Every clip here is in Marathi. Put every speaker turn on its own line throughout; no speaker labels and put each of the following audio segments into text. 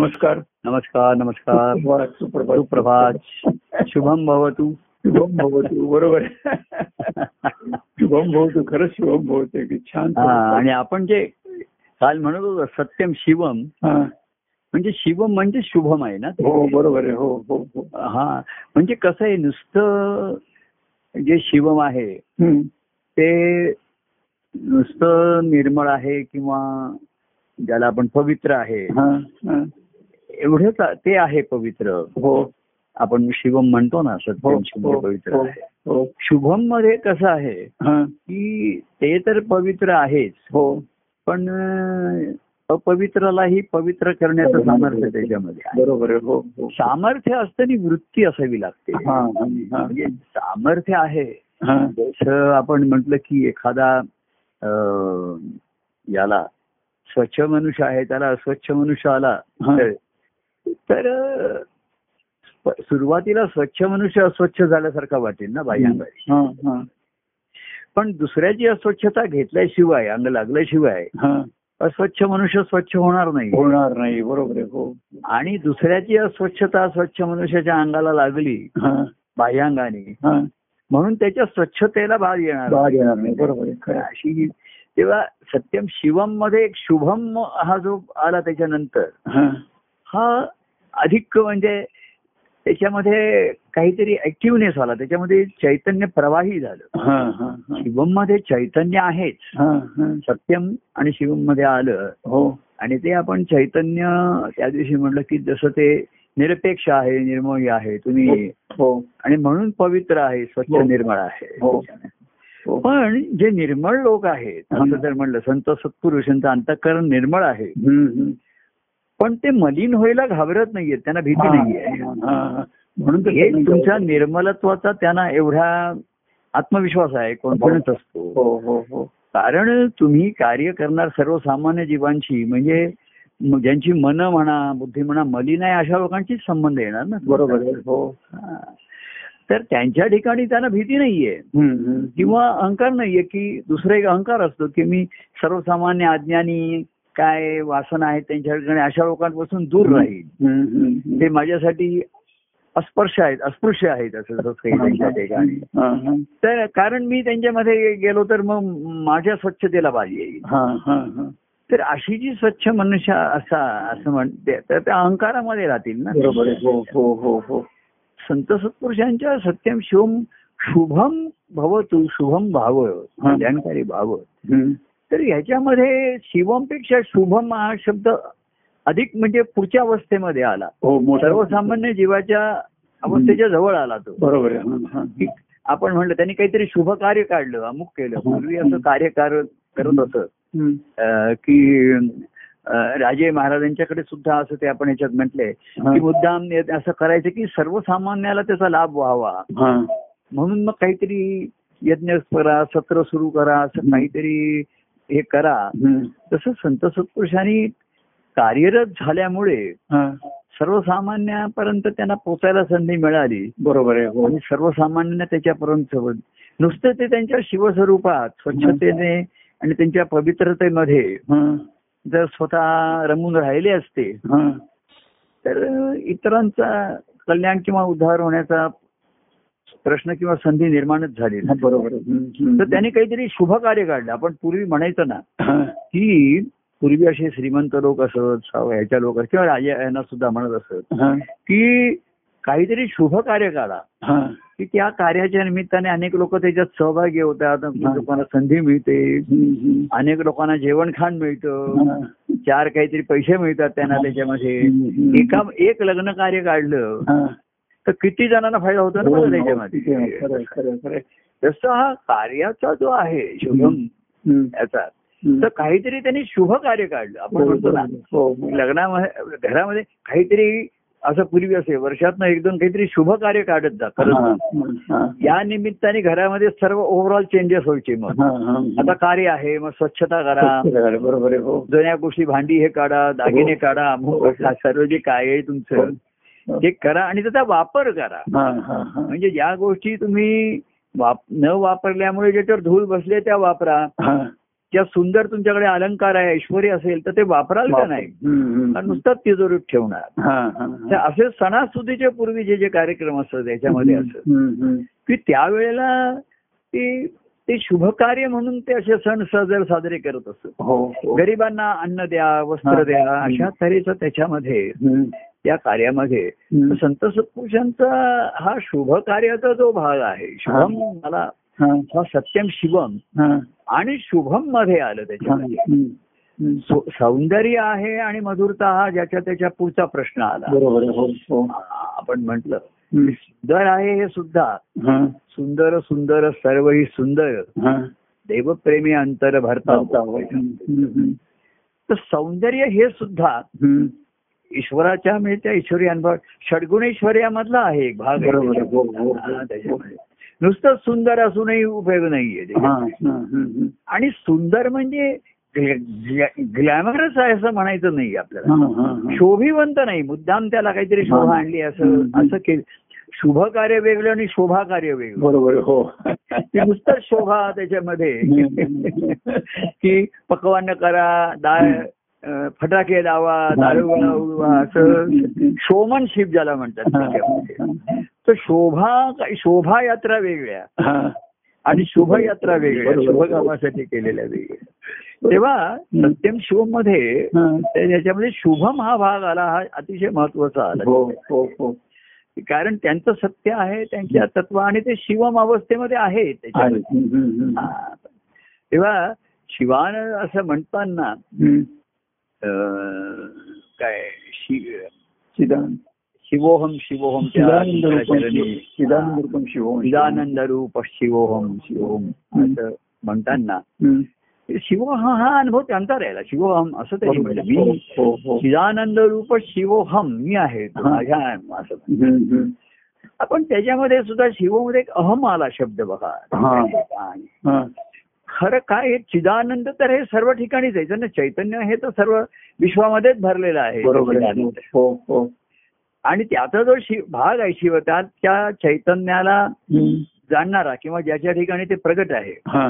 नमस्कार
नमस्कार नमस्कार
सुप्रभात सुप्रभात
सुप्रभात शुभम भवतु
शुभम भवतु बरोबर शुभम भवतु खरंच शुभम भवतु अगदी छान
हा, आणि आपण जे काल म्हणत होतो सत्यम शिवम
हा.
म्हणजे शिवम म्हणजे शुभम आहे ना ते.
हो बरोबर आहे हो हो हो
हा म्हणजे कसं आहे नुसतं जे शिवम आहे
हम्म.
ते नुसतं निर्मळ आहे किंवा ज्याला आपण पवित्र आहे
हा, हा.
एवढंच ते आहे पवित्र
हो
आपण शिवम म्हणतो ना
हो
सत्यम शिवम
हो
हे पवित्र
हो,
आहे
हो
शुभम मध्ये कसं आहे
हा,
की ते तर पवित्र आहेच
हो
पण अं, अपवित्रालाही पवित्र करण्याचं सामर्थ्य त्याच्यामध्ये आहे
बरोबर आहे हो हो
सामर्थ्य असताना वृत्ती असावी लागते
हा, हा,
म्हणजे सामर्थ्य आहे
हा.
जसं आपण म्हटलं की एखादा अं, याला स्वच्छ मनुष्य आहे त्याला अस्वच्छ मनुष्य आला
हा.
तर- तर अं, स्प- सुरुवातीला स्वच्छ मनुष्य अस्वच्छ झाल्यासारखा वाटेल ना बाह्यांगाय
हम्म, हा, हा,
पण दुसऱ्याची अस्वच्छता घेतल्याशिवाय अंग लागल्याशिवाय
हा.
अस्वच्छ मनुष्य स्वच्छ होणार नाही
होणार नाही बरोबर आहे हो
आणि दुसऱ्याची अस्वच्छता स्वच्छ मनुष्याच्या अंगाला लागली
हा,
बाह्यांगाने
हा.
म्हणून त्याच्या स्वच्छतेला भाग येणार
बाहेर येणार नाही बरोबर आहे खरं आहे.
अशी ही- तेव्हा सत्यम शिवम मध्ये एक शुभम हा जो आला त्याच्यानंतर
हा,
हा अधिक म्हणजे त्याच्यामध्ये काहीतरी ऍक्टिव्हनेस आला त्याच्यामध्ये चैतन्य प्रवाही झालं
हा, हा, हा.
शिवम मध्ये चैतन्य आहेच
हा, हा.
सत्यम आणि शिवम मध्ये आलं
हो
आणि ते आपण चैतन्य त्या दिवशी म्हटलं की जसं ते निरपेक्ष आहे निर्मोही आहे तुम्ही
हो
आणि म्हणून पवित्र आहे स्वच्छ
हो.
निर्मळ आहे
हो. हो
पण जे निर्मळ लोक आहेत
हं.
असं जर म्हणलं संत सत्पुरुषांचं अंतःकरण निर्मळ आहे
हम्म, हम्म.
पण ते मलिन व्हायला घाबरत नाहीये त्यांना भीती नाहीये
हा, हा, हा. म्हणून तर हो,
हे
त्यांनी-
तुमच्या निर्मलत्वाचा त्यांना एवढा आत्मविश्वास आहे कॉन्फिडन्स असतो
हो हो हो
कारण तुम्ही कार्य करणार सर्वसामान्य जीवांशी म्हणजे म- ज्यांची मन म्हणा बुद्धी म्हणा मलिन आहे अशा लोकांशीच संबंध येणार ना
बरोबर आहे हो
हा. तर त्यांच्या ठिकाणी त्यांना भीती नाहीये
हम्म, हम्म.
किंवा अहंकार नाहीये की दुसरा एक अहंकार असतो की मी सर्वसामान्य अज्ञानी काय वासना आहेत त्यांच्या ठिकाणी अशा लोकांपासून दूर राहील
हम्म, हम्म, हम्म.
ते माझ्यासाठी अस्पर्श आहेत अस्पृश्य आहेत असं जसं काही त्यांच्या ठिकाणी
हा, हा.
तर कारण मी त्यांच्यामध्ये गेलो तर मग माझ्या स्वच्छतेला बाजी येईल
हा, हा, हा.
तर अशी जी स्वच्छ मनुष्य असा असं म्हणते तर त्या अहंकारामध्ये राहतील ना
बरोबर आहे हो हो हो हो
संत सत्पुरुषांच्या सत्यम शिवम शुभम भवतु शुभम भाव कल्याणकारी भाव
हम्म.
तर ह्याच्यामध्ये शिवमपेक्षा शुभम हा शब्द अधिक म्हणजे पुढच्या अवस्थेमध्ये आला
हो मोठा
सर्वसामान्य जीवाच्या अवस्थेच्या जवळ आला तो
बरोबर आहे हा, हा.
की आपण म्हणलं त्यांनी काहीतरी शुभ कार्य काढलं अमुक केलं पूर्वी असं कार्य कार- करत असत
हम्म.
अं, की अं, राजे महाराजांच्याकडे सुद्धा असं ते आपण याच्यात म्हटलंय
हा.
की मुद्दाम हे असं करायचं की सर्वसामान्याला त्याचा लाभ व्हावा
हा.
म्हणून मग काहीतरी यज्ञ करा सत्र सुरू करा असं काहीतरी हे करा
हम्म.
तसं संत सत्पुरुषांनी कार्यरत झाल्यामुळे
हा.
सर्वसामान्यापर्यंत त्यांना पोचायला संधी मिळाली
बरोबर आहे हो
आणि सर्वसामान्यांना त्याच्यापर्यंत सवड. नुसतं ते त्यांच्या शिवस्वरूपात स्वच्छतेने आणि त्यांच्या पवित्रतेमध्ये
हा,
जर स्वतः रमून राहिले असते
हा.
तर इतरांचा कल्याण किंवा उद्धार होण्याचा प्रश्न किंवा संधी निर्माणच झाली
हा,
नाही.
बरोबर आहे हम्म, हम्म.
तर त्याने काहीतरी शुभ कार्य काढलं आपण पूर्वी म्हणायचं ना
हा.
की पूर्वी असे श्रीमंत लोक असत साव- ह्याच्या लोक असत किंवा राजा यांना सुद्धा म्हणत असत
हा,
की काहीतरी शुभ कार्य काढा
हा.
की त्या कार्याच्या निमित्ताने अनेक लोक त्याच्यात सहभागी होतात अनेक लोकांना संधी मिळते
हम्म, हम्म.
अनेक लोकांना जेवण खाण मिळतं
हा.
चार काहीतरी पैसे मिळतात त्यांना त्याच्यामध्ये
हम्म, हम्म.
एका एक लग्न कार्य काढलं
हा.
तर किती जणांना फायदा होतो ना
हो,
बघा
हो, ठीक आहे.
त्याच्यामध्ये
खरं आहे, खरं आहे, खरं आहे.
जसं हा कार्याचा जो आहे शुभम
हम्म.
याचा
हम्म.
तर काहीतरी त्यांनी शुभ कार्य काढलं आपण म्हणतो ना
हो, हो.
लग्नामध्ये घरामध्ये काहीतरी असं पूर्वी असे वर्षातनं एक दोन काहीतरी शुभ कार्य काढत जा करत जा.
हा,
या निमित्ताने घरामध्ये सर्व ओव्हरऑल चेंजेस व्हायचे मग
हा, हा, हा.
आता कार्य आहे मग स्वच्छता करा
बरोबर आहे हो
जुन्या गोष्टी भांडी हे काढा दागिने काढा अमुक काढा, सर्व जे काय आहे तुमचं
हो.
ते करा आणि त्याचा वापर करा
हा, हा, हा.
म्हणजे ज्या गोष्टी तुम्ही वाप न वापरल्यामुळे ज्याच्यावर धूल बसले त्या वापरा
हा,
ज्या सुंदर तुमच्याकडे अलंकार आहे ऐश्वर असेल तर ते वापराल का नाही
हम्म, हम्म.
नुसताच तिजोरीत ठेवणार
हा, हा,
तर
हा.
असे सणासुदीच्या पूर्वी जे जे कार्यक्रम असतात त्याच्यामध्ये असत
हम्म, हम्म.
की त्यावेळेला ते ते शुभकार्य म्हणून ते असे सण साजर साजरे करत असत
हो हो.
गरिबांना अन्न द्या वस्त्र
हा.
द्या अशा तऱ्हेचं त्याच्यामध्ये
हम्म,
त्या कार्यामध्ये
हम्म.
संत सत्पुरुषांचा हा शुभ कार्याचा जो भाग आहे शुभम मला
हा,
हा सत्यम शिवम
हा,
आणि शुभम मध्ये आलं
हा.
त्याच्यामध्ये
हम्म, हम्म.
सौ- सौंदर्य आहे आणि मधुरता हा ज्याच्या त्याच्या पुढचा प्रश्न आला
बरोबर आहे, हो हो
आ- आपण म्हंटल
हम्म.
सुंदर आहे हे सुद्धा
हा,
सुंदर सुंदर सर्व ही सुंदर
हा.
देवप्रेमी अंतर
चालतं
भरता
आहे. हम्म, हम्म,
तर सौंदर्य हे सुद्धा
हम्म.
ईश्वराच्या म्हणजे त्या ईश्वरी अनुभव षडगुणेश्वर्यामधला आहे एक भाग आहे
बरोबर आहे, हो, हो, हो.
हा, त्याच्यामध्ये. नुसतं सुंदर असूनही उपयोग नाहीये ते.
हा, हा, हम्म, हम्म.
आणि सुंदर म्हणजे ग्लॅमरस आहे असं म्हणायचं नाही
हा,
आपल्याला
हा, हा.
शोभिवंत नाही मुद्दाम त्याला काहीतरी शोभा
हा.
आणली असं
हम्म.
असं केलं शुभ कार्य वेगळं आणि शोभा कार्य वेगळं
बरोबर आहे, हो
ते नुसतं शोभा त्याच्यामध्ये की पकवान करा डाळ अं, फटाके लावा दारू उडवा असं शोमनशिप ज्याला म्हणतात
हा,
त्याच्यामध्ये
हा.
तर शोभा शोभायात्रा वेगळ्या
हा.
आणि शुभयात्रा वेगळ्या
बरोबर.
शुभकामासाठी केलेल्या वेगळ्या तेव्हा सत्यम शिवम मध्ये
हा.
त्याच्यामध्ये शुभम हा भाग आला हा अतिशय महत्वाचा आला
हो हो हो
कारण त्यांचं सत्य आहे त्यांच्या तत्व आणि ते शिवम अवस्थेमध्ये आहे त्याच्यामध्ये
आहे. हम्म, हम्म, हम्म.
हा. तेव्हा शिवान असं म्हणताना
हम्म.
अं, काय शि-
चिदान
शिवोहम शिवोहम त्या
चिदानंद रूपम
चरणी.
शिव- चिदानंद हो. रूपम शिवम
चिदानंद रूप शिवोहम शिवोहम असं म्हणताना
हम्म.
शिवोहम हा अनुभव त्यांचा राहिला शिवोहम असं त्यांनी
बरोबर
म्हटलं
आहे.
मी
हो, हो, हो.
चिदानंद रूप शिवोहम मी आहे तो
हा.
माझ्या आहे, असं
हम्म, हम्म.
आपण त्याच्यामध्ये सुद्धा शिवमध्ये एक अहम आला शब्द बघा
हा. हा.
खरं काय हे चिदानंद तर हे सर्व ठिकाणीच यायचं ना चैतन्य हे तर सर्व विश्वामध्येच भरलेलं आहे
बरोबर आहे.
चिदानंद.
हो हो
आणि त्याचा जो शिव भाग आहे शिव त्यात त्या चैतन्याला
हम्म.
जाणणारा किंवा ज्याच्या ठिकाणी ते प्रगट आहे
हा.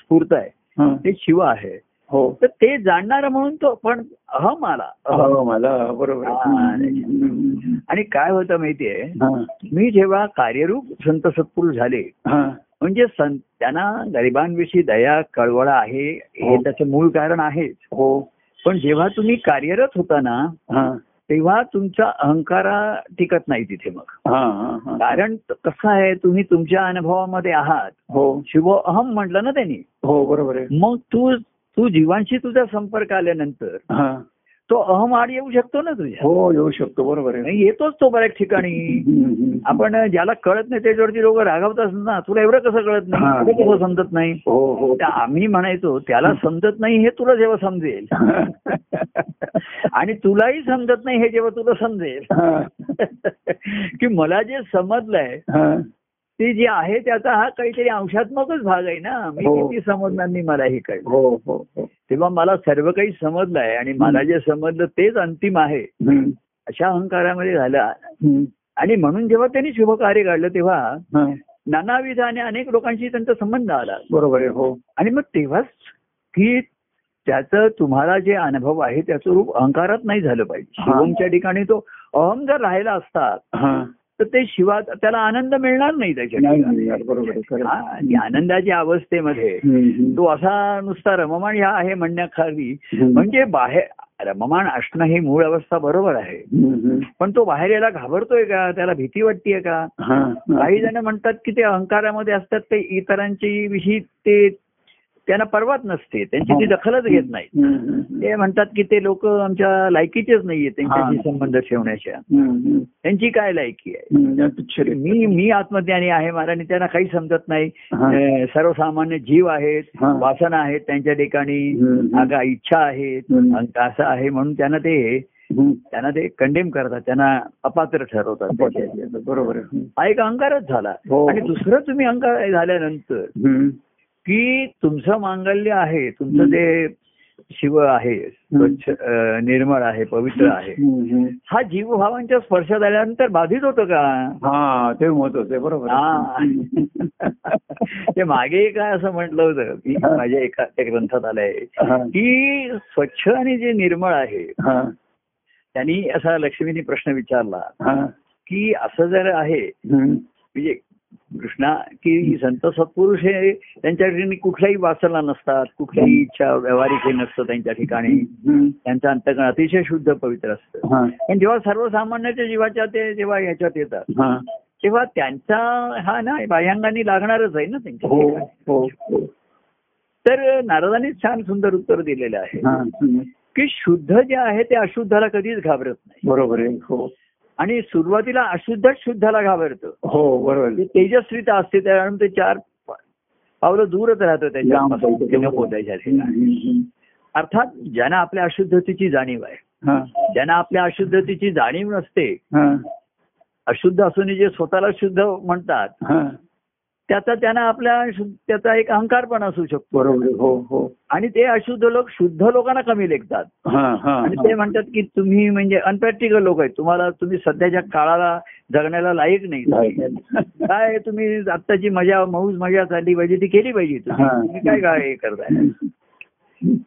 स्फूर्त आहे
हा.
ते शिव आहे
हो
तर ते जाणणारा म्हणून तो पण अहम आला अहम.
हो, मला बरोबर आहे.
हा.
हम्म, हम्म,
आणि काय होतं माहितीये
हम्म.
मी जेव्हा कार्यरूप संत सत्पुरुष झाले
हा. हा.
म्हणजे सं- त्यांना गरिबांविषयी दया कळवळा आहे हे
हो.
त्याचं मूळ कारण आहेच
हो
पण जेव्हा तुम्ही कार्यरत होता ना
हा
तेव्हा तुमचा अहंकारा टिकत नाही तिथे मग
हा हा, हा.
कारण त- कसं आहे तुम्ही तुमच्या अनुभवामध्ये आहात
हो
शिव अहम म्हटलं ना त्यांनी
हो बरोबर आहे
मग तू तू जीवांशी तुझा संपर्क आल्यानंतर
हा
तो अहम आड येऊ शकतो ना तुझ्या
हो येऊ शकतो बरोबर आहे
नाही, येतोच तो बऱ्याच ठिकाणी
हम्म, हम्म.
आपण ज्याला कळत नाही त्याच्यावरती लोक रागावतात ना तुला एवढं कसं कळत
हा.
नाही तुला कसं समजत नाही
हो हो
तर आम्ही म्हणायचो त्याला समजत नाही हे तुला जेव्हा समजेल आणि तुलाही समजत नाही हे जेव्हा तुला समजेल
हा,
की मला जे समजलंय
हा.
ते जे आहे त्याचा हा काहीतरी अंशात्मकच भाग आहे ना मी
हो.
किती समजणार नाही मला हे कळलं
हो हो हो
तेव्हा मला सर्व काही समजलंय आणि मला जे समजलं तेच अंतिम आहे
हम्म,
अशा अहंकारामध्ये झालं
हम्म.
आणि म्हणून जेव्हा त्यांनी शुभकार्य काढलं तेव्हा
हा,
नानाविधाने अनेक लोकांशी त्यांचा संबंध आला
बरोबर आहे हो
आणि मग तेव्हाच की त्याचं तुम्हाला जे अनुभव आहे त्याचं रूप अहंकारात नाही झालं पाहिजे
हा.
शिवमच्या ठिकाणी तो अहम जर राहिला असता
हा
तर ते शिवा त्याला आनंद मिळणार नाही त्याच्या
नाही,
ठिकाणी.
नाही, यार, बरोबर आहे, खरं.
हा, आणि आनंदाच्या अवस्थेमध्ये
हम्म, हम्म.
तो असा नुसता रममाण ह्या आहे म्हणण्याखाली
हम्म.
म्हणजे बाहेर रममाण असणं ही मूळ अवस्था बरोबर आहे
हम्म, हम्म.
पण तो बाहेर यायला घाबरतोय का त्याला भीती वाटतेय का
हा, हा.
काही जण म्हणतात की ते अहंकारामध्ये असतात ते इतरांची विषयी ते त्यांना परवाच नसते त्यांची
हो.
ती दखलच घेत नाही
हम्म, हम्म,
ते म्हणतात की ते लोक आमच्या लायकीचेच नाहीये त्यांच्याशी
हा.
संबंध ठेवण्याच्या
हम्म, हम्म.
त्यांची काय लायकी आहे
हम्म, या पिक्चर आहे.
मी मी आत्मज्ञानी आहे मला आणि त्यांना काही समजत नाही
हा.
अं, सर्वसामान्य जीव आहेत
हा.
वासना आहेत त्यांच्या ठिकाणी
हम्म, हम्म.
आगा इच्छा आहेत
हम्म.
अंक असं आहे म्हणून त्यांना ते
हम्म.
त्यांना ते कंडेम करतात त्यांना अपात्र ठरवतात
बरोबर आहे हम्म.
हा एक अहंकारच झाला
हो.
आणि दुसरं तुम्ही अहंकार झाल्यानंतर
हम्म.
की तुमचं मांगल्य आहे तुमचं
हं.
जे शिव आहे स्वच्छ अं, निर्मळ आहे पवित्र आहे
हम्म.
हा जीवभावांच्या स्पर्शात आल्यानंतर बाधित होतं का
हा ते महत्वाचं आहे बरोबर आहे.
ते मागे काय असं म्हटलं होतं की माझ्या एका त्या ग्रंथात आलंय
हा.
की स्वच्छ आणि जे निर्मळ आहे
हा.
त्यांनी असा लक्ष्मीने प्रश्न विचारला
हा.
की असं जर आहे
हम्म.
म्हणजे कृष्णा की संत सत्पुरुष हे त्यांच्या ठिकाणी कुठल्याही वासना नसतात कुठल्याही इच्छा व्यवहारिक हे नसतं त्यांच्या ठिकाणी
हम्म.
त्यांचं अंतकरण अतिशय शुद्ध पवित्र असतं
हा.
पण जेव्हा सर्वसामान्याच्या जीवाच्या ते जेव्हा याच्यात येतात
हा.
तेव्हा त्यांचा हा ना बाह्यांगाने लागणारच आहे ना त्यांच्या
हो
ठिकाणी.
हो हो.
तर नारदाने छान सुंदर उत्तर दिलेलं आहे
हा. हम्म.
की शुद्ध जे आहे ते अशुद्धाला कधीच घाबरत नाही
बरोबर आहे हो
आणि सुरुवातीला अशुद्धच शुद्धाला घाबरतं
हो बरोबर
जे तेजस्विता असते त्यामुळे ते चार पा- पावलं दूरच राहतं त्याच्यापासून ते नको त्याच्या ठिकाणी. अर्थात ज्यांना आपल्या अशुद्धतेची जाणीव आहे
हा.
ज्यांना आपल्या अशुद्धतेची जाणीव नसते
हा.
अशुद्ध असून जे स्वतःला शुद्ध म्हणतात
हा.
त्याचा त्यांना आपल्या शु- त्याचा एक अहंकार पण असू शकतो
बरोबर आहे. हो हो
आणि ते अशुद्ध लोक शुद्ध लोकांना कमी लेखतात
हा हा
आणि
हा.
ते म्हणतात की तुम्ही म्हणजे अनप्रॅक्टिकल लोक आहेत तुम्हाला तुम्ही सध्याच्या काळाला जगण्याला लायक नाही काय तुम्ही आत्ताची मजा मौज मजा चालली पाहिजे ती केली पाहिजे तुम्ही.
हा.
तुम्ही काय काय हे करताय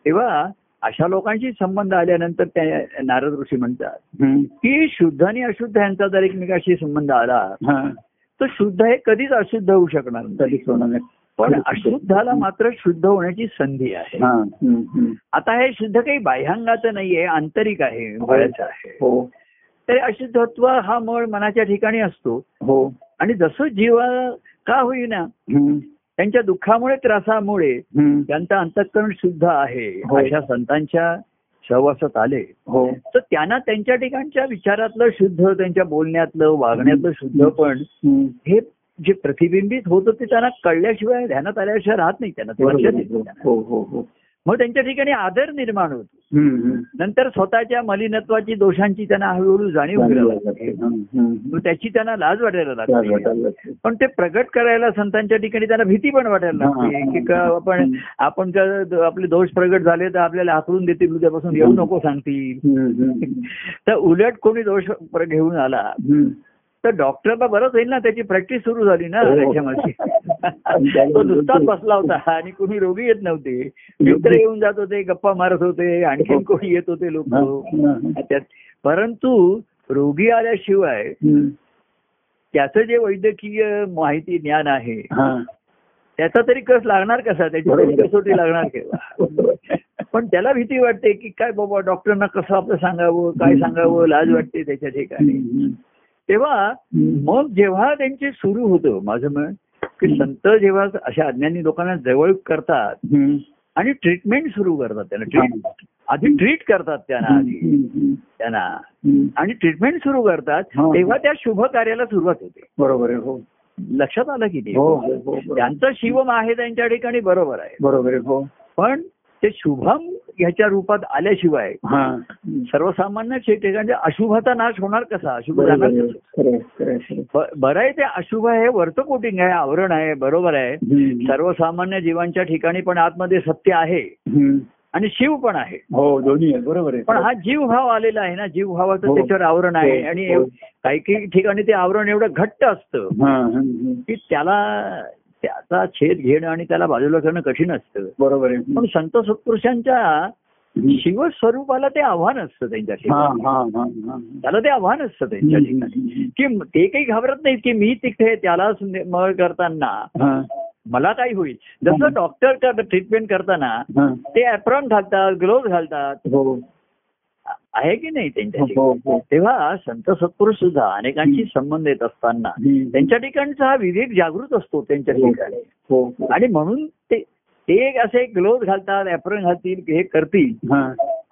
तेव्हा अशा लोकांशी संबंध आल्यानंतर त्या नारद ऋषी म्हणतात
हम्म.
की शुद्ध आणि अशुद्ध यांचा जर एकमेकाशी संबंध आला
हा.
तर शुद्ध हे कधीच अशुद्ध होऊ शकणार नाही
कधीच होणार नाही.
पण अशुद्धाला मात्र शुद्ध होण्याची संधी आहे
हा. हम्म. हम्म.
आता हे शुद्ध काही बाह्यांगाचं नाहीये आंतरिक आहे बळाचं आहे
हो
तर अशुद्धत्व हा मळ मनाच्या ठिकाणी असतो
हो
आणि जसं जीव का होईना
हम्म.
त्यांच्या दुःखामुळे त्रासामुळे
हम्म.
त्यांचं अंतःकरण शुद्ध आहे
हो.
अशा संतांच्या सहवासात आले
हो
तर त्यांना त्यांच्या ठिकाणच्या विचारातलं शुद्ध त्यांच्या बोलण्यातलं वागण्यातलं शुद्ध पण
हम्म.
हे जे प्रतिबिंबित होतं ते त्यांना कळल्याशिवाय ध्यानात आल्याशिवाय राहत नाही त्यांना ते लक्षात येत नाही त्यांना.
हो हो हो
मग त्यांच्या ठिकाणी आदर निर्माण होतो
हम्म, हम्म.
नंतर स्वतःच्या मलिनत्वाची दोषांची त्यांना हळूहळू जाणीव
चांगलं
करायला
वाटलं.
लागते
हम्म, हम्म.
मग त्याची त्यांना लाज वाटायला
चांगलं
लागते
वाटलं.
पण ते प्रगट करायला संतांच्या ठिकाणी त्यांना भीती पण वाटायला लागते
हा.
की का आपण आपण जर द- आपले दोष प्रगट झाले तर आपल्याला हाकलून देतील उद्यापासून येऊ नको सांगतील
हम्म, हम्म.
तर उलट कोणी दोष प्र- घेऊन आला
हम्म.
तर डॉक्टरला बरंच होईल ना त्याची प्रॅक्टिस सुरू झाली ना
हो.
त्याच्यामध्ये तो नुसताच बसला होता आणि कोणी रोगी येत नव्हते मित्र येऊन जात होते गप्पा मारत होते आणखीन कोणी येत होते
हा,
लोक
हा, हो. हा.
त्यात परंतु रोगी आल्याशिवाय
हम्म.
त्याचं जे वैद्यकीय माहिती ज्ञान आहे
हा.
त्याचा तरी कस लागणार कसा त्याची तरी
बरोबर.
कसोटी लागणार केव्हा पण त्याला भीती वाटते की काय बाबा डॉक्टरना कसं आपलं सांगावं काय सांगावं लाज वाटते त्याच्या ठिकाणी
हम्म,
तेव्हा
हम्म.
मग जेव्हा त्यांचे सुरू होतं माझं म्हण की संत जेव्हा अशा अज्ञानी लोकांना जवळ करतात
हम्म.
आणि ट्रीटमेंट सुरू करतात त्यांना ट्रीट आधी ट्रीट करतात त्यांना आधी
हम्म, हम्म,
त्यांना
हम्म.
आणि ट्रीटमेंट सुरू करतात
हा.
तेव्हा त्या शुभ कार्याला सुरुवात होते
बरोबर आहे हो
लक्षात आलं की
हो
नाही
हो, हो बरोबर.
त्यांचं शिवम आहे त्यांच्या ठिकाणी बरोबर आहे
बरोबर आहे हो
पण ते शुभम ह्याच्या रूपात आल्याशिवाय
हा
सर्वसामान्य ठिकाणच्या अशुभाचा नाश होणार कसा अशुभ
बरोबर
जाणार
आहे.
कसं?
खरं आहे, खरं आहे, खरं आहे.
ब- बरं आहे ते अशुभ आहे वरचं कोटिंग आहे आवरण आहे बरोबर आहे
हम्म.
सर्वसामान्य जीवांच्या ठिकाणी पण आतमध्ये सत्य आहे
हम्म.
आणि शिव पण आहे
हो दोन्ही आहे बरोबर आहे
पण हा जीव भाव आलेला आहे ना जीव भावाचं
हो.
त्याच्यावर आवरण आहे
हो.
आणि
हो.
एव- काही काही ठिकाणी ते आवरण एवढं घट्ट असतं
हा, हम्म, हम्म.
की त्याला त्याचा छेद घेणं आणि त्याला बाजूला करणं कठीण असतं
बरोबर आहे
पण संत सत्पुरुषांच्या
हम्म.
शिवस्वरूपाला ते आव्हान असतं
हा
त्यांच्या ठिकाणी
हा हा हा
त्याला ते आव्हान असतं त्यांच्या ठिकाणी की म- ते काही घाबरत नाहीत की मी तिथे त्याला सुंदे- मळ करताना
हा,
मला काय होईल जसं
हम्म.
डॉक्टर कर- ट्रीटमेंट करताना
हा.
ते ऍप्रॉन घालतात ग्लोव्ह घालतात
हो
आ- आहे की नाही त्यांच्या
हो
ठिकाणी?
हो
तेव्हा संत सत्पुरुष सुद्धा अनेकांशी संबंध येत असताना
हम्म.
त्यांच्या ठिकाणचा हा विवेक जागृत असतो त्यांच्या
हो.
ठिकाणी
हो
आणि म्हणून ते ते एक असे ग्लोव्ह घालतात ऍप्रॉन घालतील हे करतील
हा.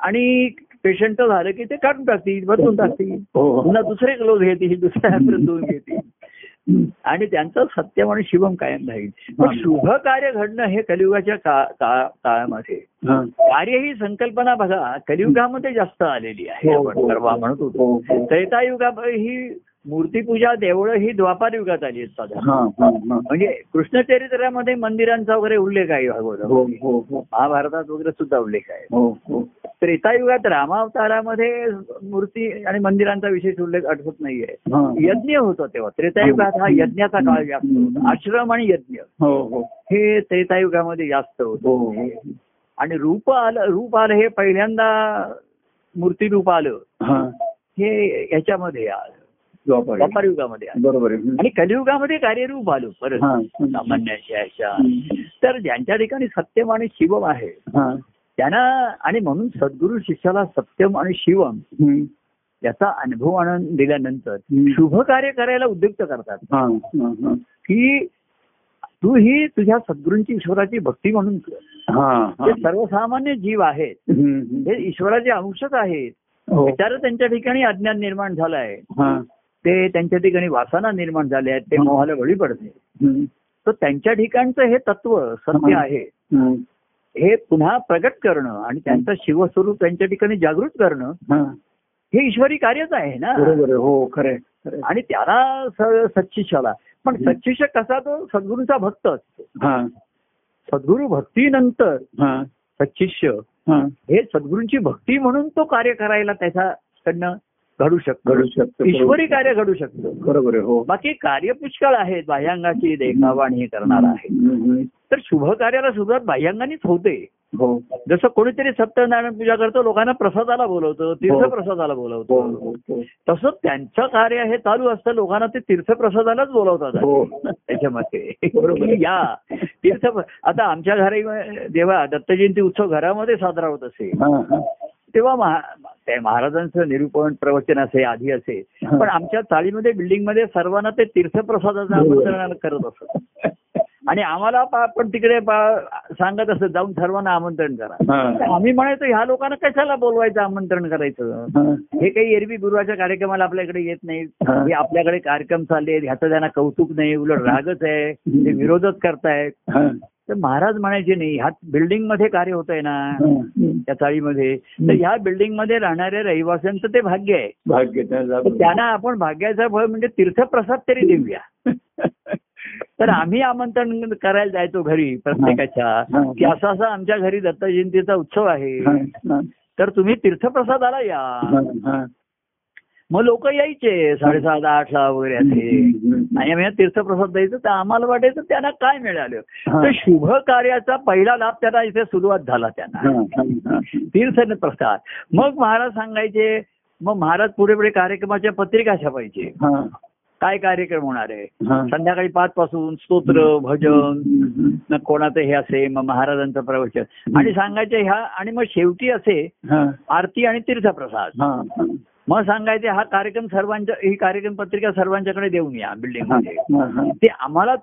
आणि पेशंट झालं की ते काढून टाकतील बदलून टाकतील
हो हो.
पुन्हा दुसरे ग्लोव्ह घेतील दुसऱ्या ऍप्रॉन धुवून घेतील आणि त्यांचं सत्यम आणि शिवम कायम राहील पण शुभ कार्य घडणं हे कलियुगाच्या का- का- काळामध्ये
हा.
कार्य ही संकल्पना बघा कलियुगामध्ये जास्त आलेली आहे
हो,
आपण
हो.
परवा म्हणत होतो
हो, हो.
त्रेतायुगा ही मूर्तीपूजा देवळं ही द्वापार युगात आली आहेत साधारण
हा, हा, हा.
म्हणजे कृष्णचरित्रामध्ये मंदिरांचा वगैरे उल्लेख आहे भागवत
हो, हो, हो.
महाभारतात वगैरे सुद्धा उल्लेख आहे
हो, हो.
त्रेतायुगात रामावतारामध्ये मूर्ती आणि मंदिरांचा विशेष उल्लेख आठवत नाहीये
हा.
यज्ञ होतो तेव्हा त्रेतायुगात हा यज्ञाचा काळ जास्त होता आश्रम आणि यज्ञ
हो, हो.
हे त्रेतायुगामध्ये जास्त होतं
हो, हो.
आणि रूप आलं रूप आलं हे पहिल्यांदा मूर्ती रूप आलं
हा.
हे याच्यामध्ये आलं
द्वापारी.
व्यापार युगामध्ये आलं
बरोबर आहे हं.
आणि कलियुगामध्ये कार्यरूप आलं परत
हा. हं.
सामान्याच्या ह्याच्या
हं.
तर ज्यांच्या ठिकाणी सत्यम आणि शिवम आहे
हा.
त्यांना आणि म्हणून सद्गुरु शिष्याला सत्यम आणि शिवम
हं.
याचा अनुभव आणून दिल्यानंतर
हं.
शुभ कार्य करायला उद्युक्त करतात
हा, हा, हा.
की तू ही तुझ्या सद्गुरूंची ईश्वराची भक्ती म्हणून कर.
हा,
जे
हा.
सर्वसामान्य जीव आहेत
हं, हं.
हे ईश्वराचे अंशच आहेत
हो.
त्याला त्यांच्या ठिकाणी अज्ञान निर्माण झालं आहे
हा.
ते त्यांच्या ठिकाणी वासना निर्माण झाल्या आहेत ते
हा.
मोहाला बळी पडते
हं.
तर त्यांच्या ठिकाणचं हे तत्व सत्य
हा.
आहे
हं.
हे पुन्हा प्रगट करणं आणि त्यांचं शिवस्वरूप त्यांच्या ठिकाणी जागृत करणं
हा.
हे ईश्वरी कार्यच आहे ना
बरोबर आहे हो खरं आहे, खरं आहे.
आणि त्याला स- सच्शिष्याला पण
हं.
सच्शिष्य कसा तो सद्गुरूंचा भक्त असतो
हा,
सद्गुरू भक्तीनंतर
हा,
सच्शिष्य
हा.
हे सद्गुरूंची भक्ती म्हणून तो कार्य करायला त्याच्याकडनं घडू शकतो
घडू शकतं
ईश्वरी कार्य घडू शकतो
बरोबर आहे हो
बाकी कार्य पुष्कळ आहेत बाह्यांगाची देखावा आणि हे करणार आहे
हं, हं.
तर शुभ कार्याला सुरुवात बाह्यांगानेच होते
हो
जसं कोणीतरी सत्यनारायण पूजा करतो लोकांना प्रसादाला बोलवतो तीर्थप्रसादाला
हो
बोलवतो
हो हो.
तसं त्यांचं कार्य हे चालू असतं लोकांना ते तीर्थप्रसादालाच बोलवतात
हो
त्याच्यामध्ये
बरोबर.
की या तीर्थ आता आमच्या घरी जेव्हा दत्त जयंती उत्सव घरामध्ये साजरा होत असे
हा, हा.
तेव्हा महा- ते महाराजांचं निरूपण प्रवचन असे आधी असे
हा.
पण आमच्या चाळीमध्ये बिल्डिंगमध्ये सर्वांना ते तीर्थप्रसादाचं
बरोबर.
आमंत्रण करत असत आणि आम्हाला पा- पण तिकडे पा- सांगत असत जाऊन सर्वांना आमंत्रण करा तर
हा.
आम्ही म्हणायचो ह्या लोकांना कशाला बोलवायचं आमंत्रण करायचं
हा.
हे काही एरवी गुरुवाच्या कार्यक्रमाला आपल्याकडे येत नाही
हा.
हे आपल्याकडे कार्यक्रम चालले आहेत, ह्याचं त्यांना कौतुक नाही उलट रागच आहे ते विरोधच करतायत
हा.
तर महाराज म्हणायचे नाही ह्या बिल्डिंग मध्ये कार्य होत आहे ना
হ্যাঁ, हं.
त्या चाळीमध्ये तर ह्या बिल्डिंग मध्ये राहणाऱ्या रहिवाशांचं ते भाग्य आहे
भाग्य त्याला
तर त्यांना आपण भाग्याचं फळ म्हणजे तीर्थप्रसाद तरी देऊया तर आम्ही आमंत्रण करायला जायचो घरी
हा.
प्रत्येकाच्या की असा असा आमच्या घरी दत्त जयंतीचा उत्सव
हा,
आहे
हा,
तर तुम्ही तीर्थप्रसादाला या
हा, हा.
मग लोक यायचे साडेसात आठला वगैरे असे आणि आम्ही तीर्थप्रसाद द्यायचं तर आम्हाला वाटायचं त्यांना काय मिळालं
हा.
तर शुभ कार्याचा पहिला लाभ त्यांना इथे सुरुवात झाला त्यांना
हा, हा, हा.
तीर्थन प्रसाद मग महाराज सांगायचे मग महाराज पुढे पुढे कार्यक्रमाच्या पत्रिका छापायचे
हा,
काय कार्यक्रम होणार आहे
हा.
संध्याकाळी पाच पासून स्तोत्र भजन
हं,
न कोणाचं हे असे मग महाराजांचं प्रवचन आणि सांगायचे ह्या आणि मग शेवटी असे
हा,
आरती आणि तीर्थप्रसाद
हा, हा.
मग सांगायचे हा कार्यक्रम सर्वांच्या ही कार्यक्रम पत्रिका सर्वांच्याकडे देऊन या बिल्डिंग मध्ये
हा, हा.
ते आम्हाला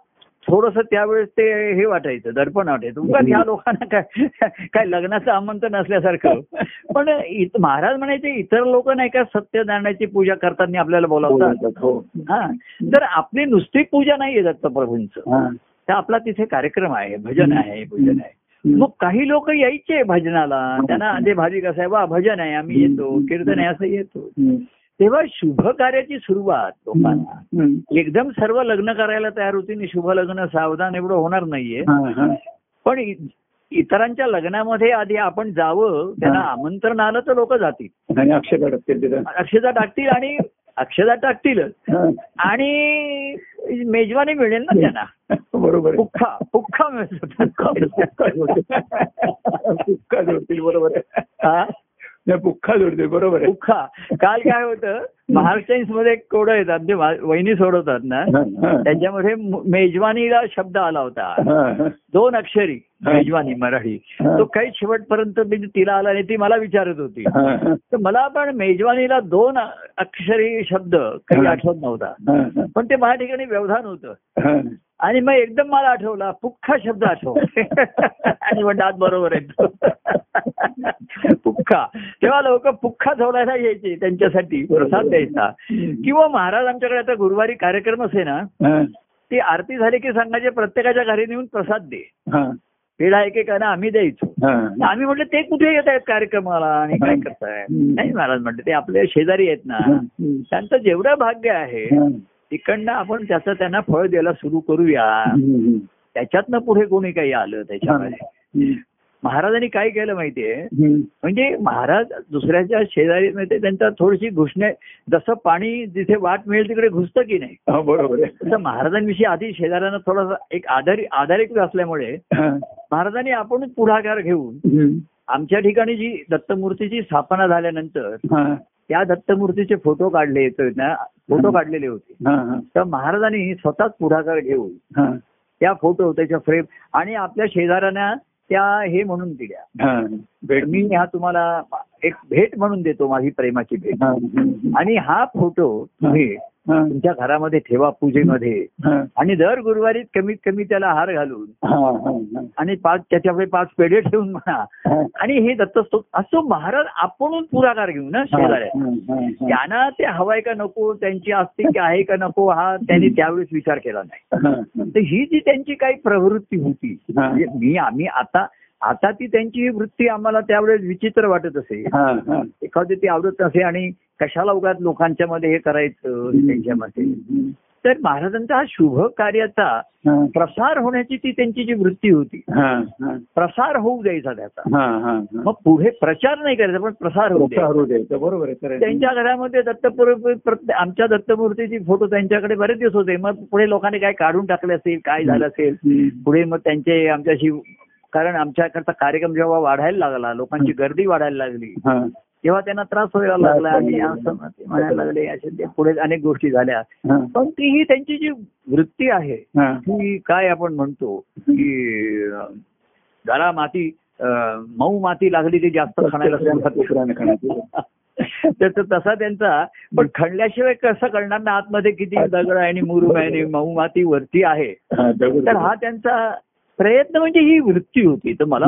थोडस त्यावेळेस ते हे वाटायचं दडपण वाटायचं उगाच ह्या लोकांना काय काय लग्नाचं आमंत्रण असल्यासारखं पण इत- महाराज म्हणायचे इतर लोक नाही का सत्यनारायणाची पूजा करताना आपल्याला बोलावतात
हो
हा तर आपली नुसती पूजा नाहीये दत्तप्रभूंचं
हा.
तर आपला तिथे कार्यक्रम आहे भजन आहे भजन आहे
हं.
मग काही लोक यायचे भजनाला त्यांना ते भाविक असं आहे वा भजन आहे आम्ही येतो कीर्तन आहे असं येतो
हं.
तेव्हा शुभ कार्याची सुरुवात लोकांना
हं.
एकदम सर्व लग्न करायला तयार होती शुभ लग्न सावधान एवढं होणार नाहीये
हा, हा.
पण इ- इतरांच्या लग्नामध्ये आधी आपण जावं त्यांना
हा.
आमंत्रण आलं तर लोक जातील
आणि अक्षय काढत ते तिथं.
अक्षदा टाकतील आणि अक्षदा टाकतीलच
हा.
आणि मेजवानी मिळेल ना त्यांना
बरोबर आहे.
पुख्खा पुख्खा मिळतो त्यांना.
पुक्का जोडतील. पुक्का जोडतील बरोबर आहे
हा?
नाही, पुक्का जोडतील बरोबर आहे
पुख्खा काल काय होतं महाराष्ट्राईन्स मध्ये एक कोडं येतात ते वा- वहिनी सोडवतात ना
हा, हा.
त्याच्यामध्ये म- मेजवानीला शब्द आला होता
हा, हा.
दोन अक्षरी
हा.
मेजवानी मराठी
हा.
तो काही शेवटपर्यंत मी तिला आला नाही ती मला विचारत होती
हा, हा.
तर मला पण मेजवानीला दोन अ- अक्षरी शब्द काही
हा.
आठवत नव्हता
हा, हा.
पण ते माझ्या ठिकाणी व्यवधान होतं
हा.
आणि मग एकदम मला आठवला पुख्खा शब्द आठवला आणि म्हणतात आज बरोबर आहे पुख्खा तेव्हा लोक पुख्खा झोलायला यायचे त्यांच्यासाठी प्रसाद द्यायचा किंवा महाराज आमच्याकडे आता गुरुवारी कार्यक्रम असे ना
हा,
ती आरती झाली की सांगायचे प्रत्येकाच्या घरी नेऊन प्रसाद दे
हा.
पेढा एकेकांना आम्ही द्यायचो तर आम्ही म्हटलं ते कुठे येत आहेत कार्यक्रमाला आणि काय करताय
हं.
नाही महाराज म्हटलं ते आपले शेजारी आहेत ना त्यांचं जेवढं भाग्य आहे तिकडनं आपण त्याचं त्यांना फळ द्यायला सुरू करूया त्याच्यातनं पुढे कोणी काही आलं त्याच्यामध्ये महाराजांनी काय केलं माहितीये म्हणजे महाराज दुसऱ्याच्या शेजारी म्हणजे त्यांचा थोडीशी घुसणे जसं पाणी जिथे वाट मिळेल तिकडे घुसतं की नाही
हा बरोबर आहे
तसं महाराजांविषयी आधी शेजाऱ्यांना थोडासा एक आधारी आधारित असल्यामुळे
हा.
महाराजांनी आपण पुढाकार घेऊन
हम्म.
आमच्या ठिकाणी जी दत्तमूर्तीची स्थापना झाल्यानंतर
हा.
त्या दत्तमूर्तीचे फोटो काढले होते ना फोटो काढलेले होते
हा. हा.
तर महाराजांनी स्वतःच पुढाकार घेऊन
हा.
त्या फोटो त्याच्या फ्रेम आणि आपल्या शेजाऱ्यांना त्या हे म्हणून दिल्या
हा.
तर मी हा तुम्हाला एक भेट म्हणून देतो माझी प्रेमाची भेट
हा. हम्म.
आणि हा फोटो तुम्ही
हा.
तुमच्या घरामध्ये ठेवा पूजेमध्ये
हा.
आणि दर गुरुवारी कमीत कमी त्याला हार घालून
हा. हा. हा.
आणि पाच त्याच्याकडे पाच पेढे ठेवून म्हणा
हा.
आणि हे दत्तस्तोत असो महाराज आपण पुढाकार घेऊ ना शेजाऱ्या
हा.
त्यांना ते हवाय का नको त्यांची आस्तिक आहे का नको हा त्यांनी त्यावेळेस विचार केला नाही
हा.
तर ही जी त्यांची काही प्रवृत्ती होती म्हणजे मी आम्ही आता आता ती त्यांची ही वृत्ती आम्हाला त्यावेळेस विचित्र वाटत असे
हा. हा.
एखादी ती आवडत असे आणि कशाला उगाच लोकांच्या मध्ये हे करायचं त्यांच्यामध्ये तर महाराजांचा हा शुभ कार्याचा प्रसार होण्याची ती त्यांची जी वृत्ती होती
हा. हा.
प्रसार होऊ द्यायचा त्याचा
हा. हा.
मग पुढे प्रचार नाही करायचा पण प्रसार होऊ द्यायचा
प्रोत्साहन होऊ द्यायचं. बरोबर आहे खरं आहे.
त्यांच्या घरामध्ये दत्तपूर्व प्रत- आमच्या दत्तमूर्तीची फोटो त्यांच्याकडे बरेच दिवस होते मग पुढे लोकांनी काय काढून टाकले असेल काय झालं असेल
हम्म.
पुढे मग त्यांचे आमच्याशी कारण आमच्याकडचा कार्यक्रम जेव्हा वाढायला लागला लोकांची गर्दी वाढायला लागली
हा.
तेव्हा त्यांना त्रास व्हायला लागला आणि असं ते म्हणायला लागले असे ते पुढे अनेक गोष्टी झाल्या
हा.
पण ती ही त्यांची जी वृत्ती आहे
हा.
ती काय आपण म्हणतो की अं, जरा माती अं, मऊ माती लागली ती जास्त खाणायला सुरुवात करते.
कुत्र्याने खाण्याचं.
तर तो तसा त्यांचा पण खणल्याशिवाय कसं कळणार ना आतमध्ये किती दगड आहे आणि मुरुम आहे आणि मऊ माती वरती आहे
हा, बरोबर.
तर हा त्यांचा प्रयत्न म्हणजे ही वृत्ती होती तर मला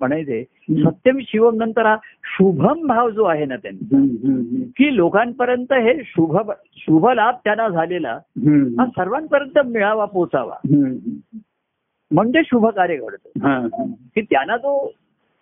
म्हणायचंय
हम्म.
सत्यम शिवम नंतर हा शुभम भाव जो आहे ना त्यांनी
हम्म, हम्म,
की लोकांपर्यंत हे शुभ शुभ लाभ त्यांना झालेला
हम्म.
हा सर्वांपर्यंत मिळावा पोचावा
हम्म, हम्म.
म्हणजे शुभ कार्य घडतं
हा, हा.
की त्यांना जो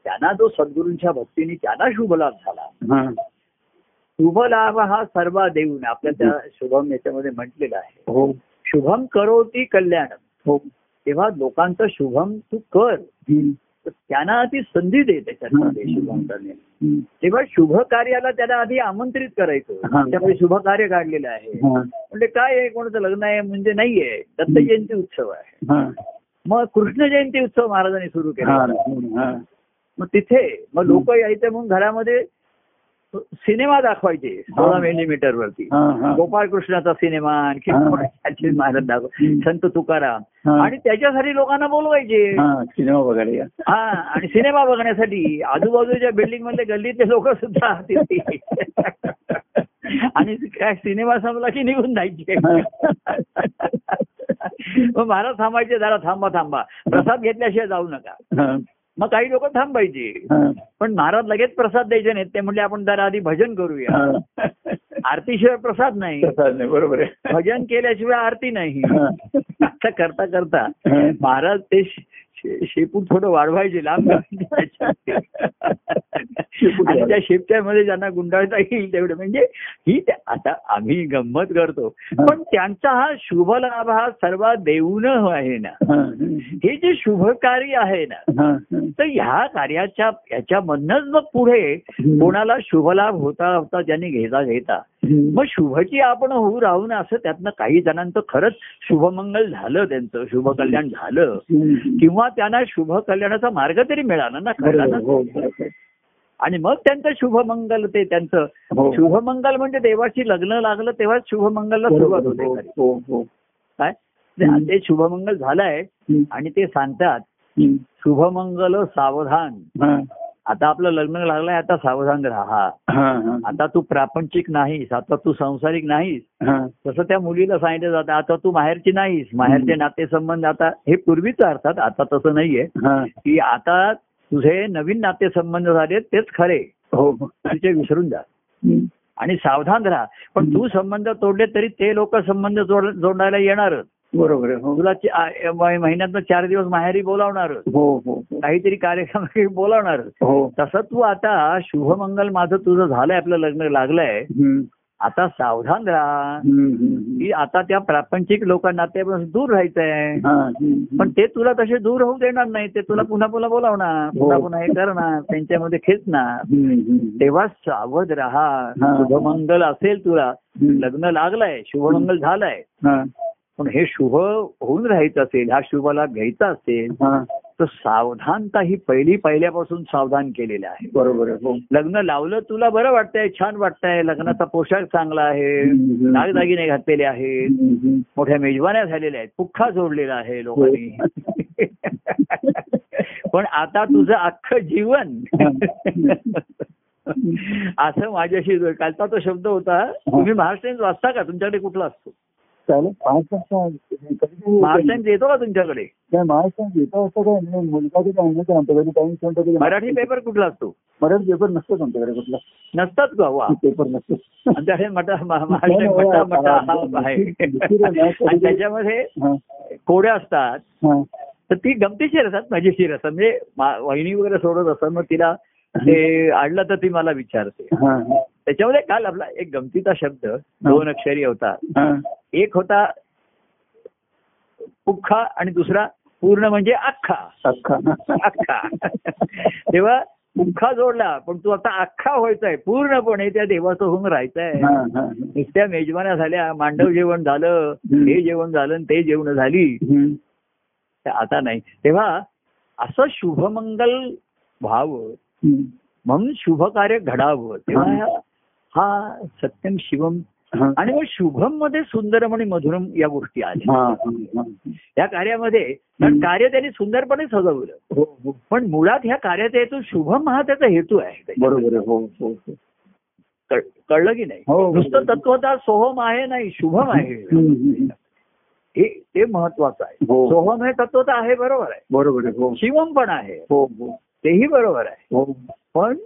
त्यांना जो सद्गुरूंच्या भक्तीने त्यांना शुभ लाभ झाला
हा.
शुभ लाभ हा सर्व देऊन आपल्या त्या शुभम याच्यामध्ये म्हटलेला आहे
हो
शुभम करोती कल्याण
हो
तेव्हा लोकांचं शुभम तू कर
हम्म,
तर त्यांना ती संधी दे त्याच्यामध्ये
हं.
शुभम करण्याची.
हम्म.
तेव्हा शुभ कार्याला त्याला आधी आमंत्रित करायचं
हा. हो.
त्यामुळे शुभ कार्य काढलेलं आहे
हा,
म्हणजे काय आहे कोणाचं लग्न आहे म्हणजे नाहीये दत्त
हं.
जयंती उत्सव आहे
हा.
मग कृष्ण जयंती उत्सव महाराजांनी सुरू
हा,
केला
हा.
मग तिथे मग लोक यायचे म्हणून घरामध्ये सिनेमा दाखवायचे सोळा मिलीमीटर वरती
हा, हा.
गोपाळकृष्णाचा सिनेमा आणखी
हा.
कोणाची महाराज दाखव
हम्म.
संत तुकाराम
हा.
आणि त्याच्यासाठी लोकांना बोलवायचे
हा, सिनेमा बघायला या
हा आणि सिनेमा बघण्यासाठी आजूबाजूच्या बिल्डिंग मधले गल्लीतले लोक सुद्धा तिथे. आणि काय सिनेमा संपला की निघून जायचे मग महाराज थांबायचे जरा थांबा थांबा प्रसाद घेतल्याशिवाय जाऊ नका
हा,
मग काही लोक थांबायचे
हा,
पण महाराज लगेच प्रसाद द्यायचे नाहीत ते म्हणले आपण जरा आधी भजन करूया
हा.
आरतीशिवाय प्रसाद नाही
तसं नाही, बरोबर आहे
भजन केल्याशिवाय आरती नाही
हा,
असं करता करता
हा.
महाराज ते शे- शे- शेपूट थोडं वाढवायचे लांब करायचे.
शेपूट
आणि त्या
वाढवायचे.
शेपट्यामध्ये ज्यांना गुंडाळता येईल तेवढे म्हणजे ही त्या- आता आम्ही गंमत करतो पण त्यांचा हा शुभ लाभ हा सर्व देऊन आहे ना
हा,
हे जे शुभ कार्य आहे ना
हा,
तर ह्या कार्याच्या याच्यामधनच मग पुढे कोणाला शुभलाभ होता होता ज्यांनी घेता घेता
हम्म.
मग शुभची आपण होऊ राहू ना असं त्यातनं काही जणांचं खरंच शुभमंगल झालं त्यांचं शुभ कल्याण झालं
हम्म.
किंवा त्यांना शुभ कल्याणाचा मार्ग तरी मिळाला ना कळला
बरोबर,
ना
हो, बरोबर.
आणि मग त्यांचं शुभमंगल ते त्यांचं
हो.
शुभमंगल म्हणजे देवाशी लग्न लागलं तेव्हाच शुभमंगलला सुरुवात
बरोबर,
होते
हो,
खरी.
हो, हो.
काय ते- आणि ते शुभमंगल झालंय
हम्म,
आणि ते सांगतात
हम्म.
शुभमंगल सावधान
हा,
आता आपलं लग्न लागलंय आता सावधान राहा
हा, हा.
आता तू प्रापंचिक नाहीस आता तू सांसारिक नाहीस
हा,
तसं त्या मुलीला सांगितलं जातं आता तू माहेरची नाहीस माहेरचे
हम्म.
नातेसंबंध आता हे पूर्वीच अर्थात आता तसं नाहीये
हा.
की आता तुझे नवीन नातेसंबंध झाले तेच खरे
हो
तिचे विसरून जा
हम्म.
आणि सावधान राहा पण तू संबंध तोडले तरी ते लोक संबंध जोड- जोडायला येणारच
बरोबर आहे हो
तुला चे- आ- ए- म- महिन्यातनं चार दिवस माहेरी बोलावणारच
हो हो हो.
काहीतरी कार्यक्रम बोलावणारच
हो
तसं तू आता शुभमंगल माझं तुझं झालंय आपलं लग्न लागलंय
हम्म,
आता सावधान राहा
हम्म, हम्म.
की आता त्या प्रापंचिक लोकांना ते दूर राहायचंय
हा, हम्म,
पण ते तुला तसे दूर होऊ देणार नाही ते तुला पुन्हा पुन्हा बोलावणार पुन्हा पुन्हा हे करणार त्यांच्यामध्ये खेचणार
हम्म, हम्म.
तेव्हा सावध राहा
हा.
शुभमंगल असेल तुला
हम्म.
लग्न लागलंय शुभमंगल झालंय
हा,
पण हे शुभ होऊन राहायचं असेल हा शुभ लाभ घ्यायचा असेल
हा.
तर सावधानता ही पहिली पहिल्यापासून सावधान केलेली आहे
बरोबर आहे हो
लग्न लावलं तुला बरं वाटतंय छान वाटतंय लग्नाचा पोशाख चांगला आहे
हम्म, हम्म.
दागदागिने घातलेले आहेत
हम्म, हम्म.
मोठ्या मेजवान्या झालेल्या आहेत पुख्खा जोडलेला आहे लोकांनी पण आता तुझं अख्खं जीवन असं माझ्याशी जो- कालचा तो शब्द होता तुम्ही महाराष्ट्रात वाचता का तुमच्याकडे कुठला असतो
चालेल पाच वाजता कधी-
महाराष्ट्रात येतो का तुमच्याकडे
नाही, महाराष्ट्रात येता असं काय नाही मुलगा तरी आणलं तर आमच्याकडे काही कोणता तरी
मराठी पेपर कुठला असतो
मराठी पेपर नसतोच आमच्याकडे कुठला
नसतात का वा
पेपर नसतो
आमच्याकडे मटा मा- महाराष्ट्रात मटा मटा हा आहे आणि त्याच्यामध्ये
हा,
कोड्या असतात
हा.
तर ती गमतीशीर असतात मजेशीर असतात म्हणजे मा- वहिनी वगैरे सोडत असतात मग तिला ते आणलं तर ती मला विचारते
हा,
त्याच्यामध्ये काल आपला एक गमतीचा शब्द दोन अक्षरी होता
हा.
एक होता पुख्खा आणि दुसरा पूर्ण म्हणजे अख्खा
अख्खा
अख्खा तेव्हा पुख्खा जोडला पण तू आता अख्खा व्हायचाय पूर्णपणे त्या देवाचं होऊन राहायचंय
हा, हा.
नुसत्या मेजवान्या झाल्या मांडव जेवण झालं
हम्म.
हे जेवण झालं आणि ते जेवण झाली
हम्म.
तर आता नाही तेव्हा असं शुभमंगल व्हावं
हम्म.
म्हणून शुभ कार्य घडावं तेव्हा हा सत्यम शिवम
हा.
आणि मग शुभम मध्ये सुंदरम आणि मधुरम या गोष्टी आल्या
हा, हा, हा.
या कार्यामध्ये कारण कार्य त्यांनी सुंदरपणे सजवलं
हो, हो.
पण मुळात ह्या कार्याचा हेतू शुभम हा त्याचा हेतू आहे
बरोबर आहे हो हो हो.
कळ- कळलं की नाही
हो.
नुसतं तत्वता सोहम आहे नाही शुभम आहे
हम्म, हम्म.
हे ते महत्वाचं आहे
हो.
सोहम हे तत्वता आहे बरोबर आहे
बरोबर आहे हो
शिवम पण आहे
हो हो
तेही बरोबर आहे
हो
पण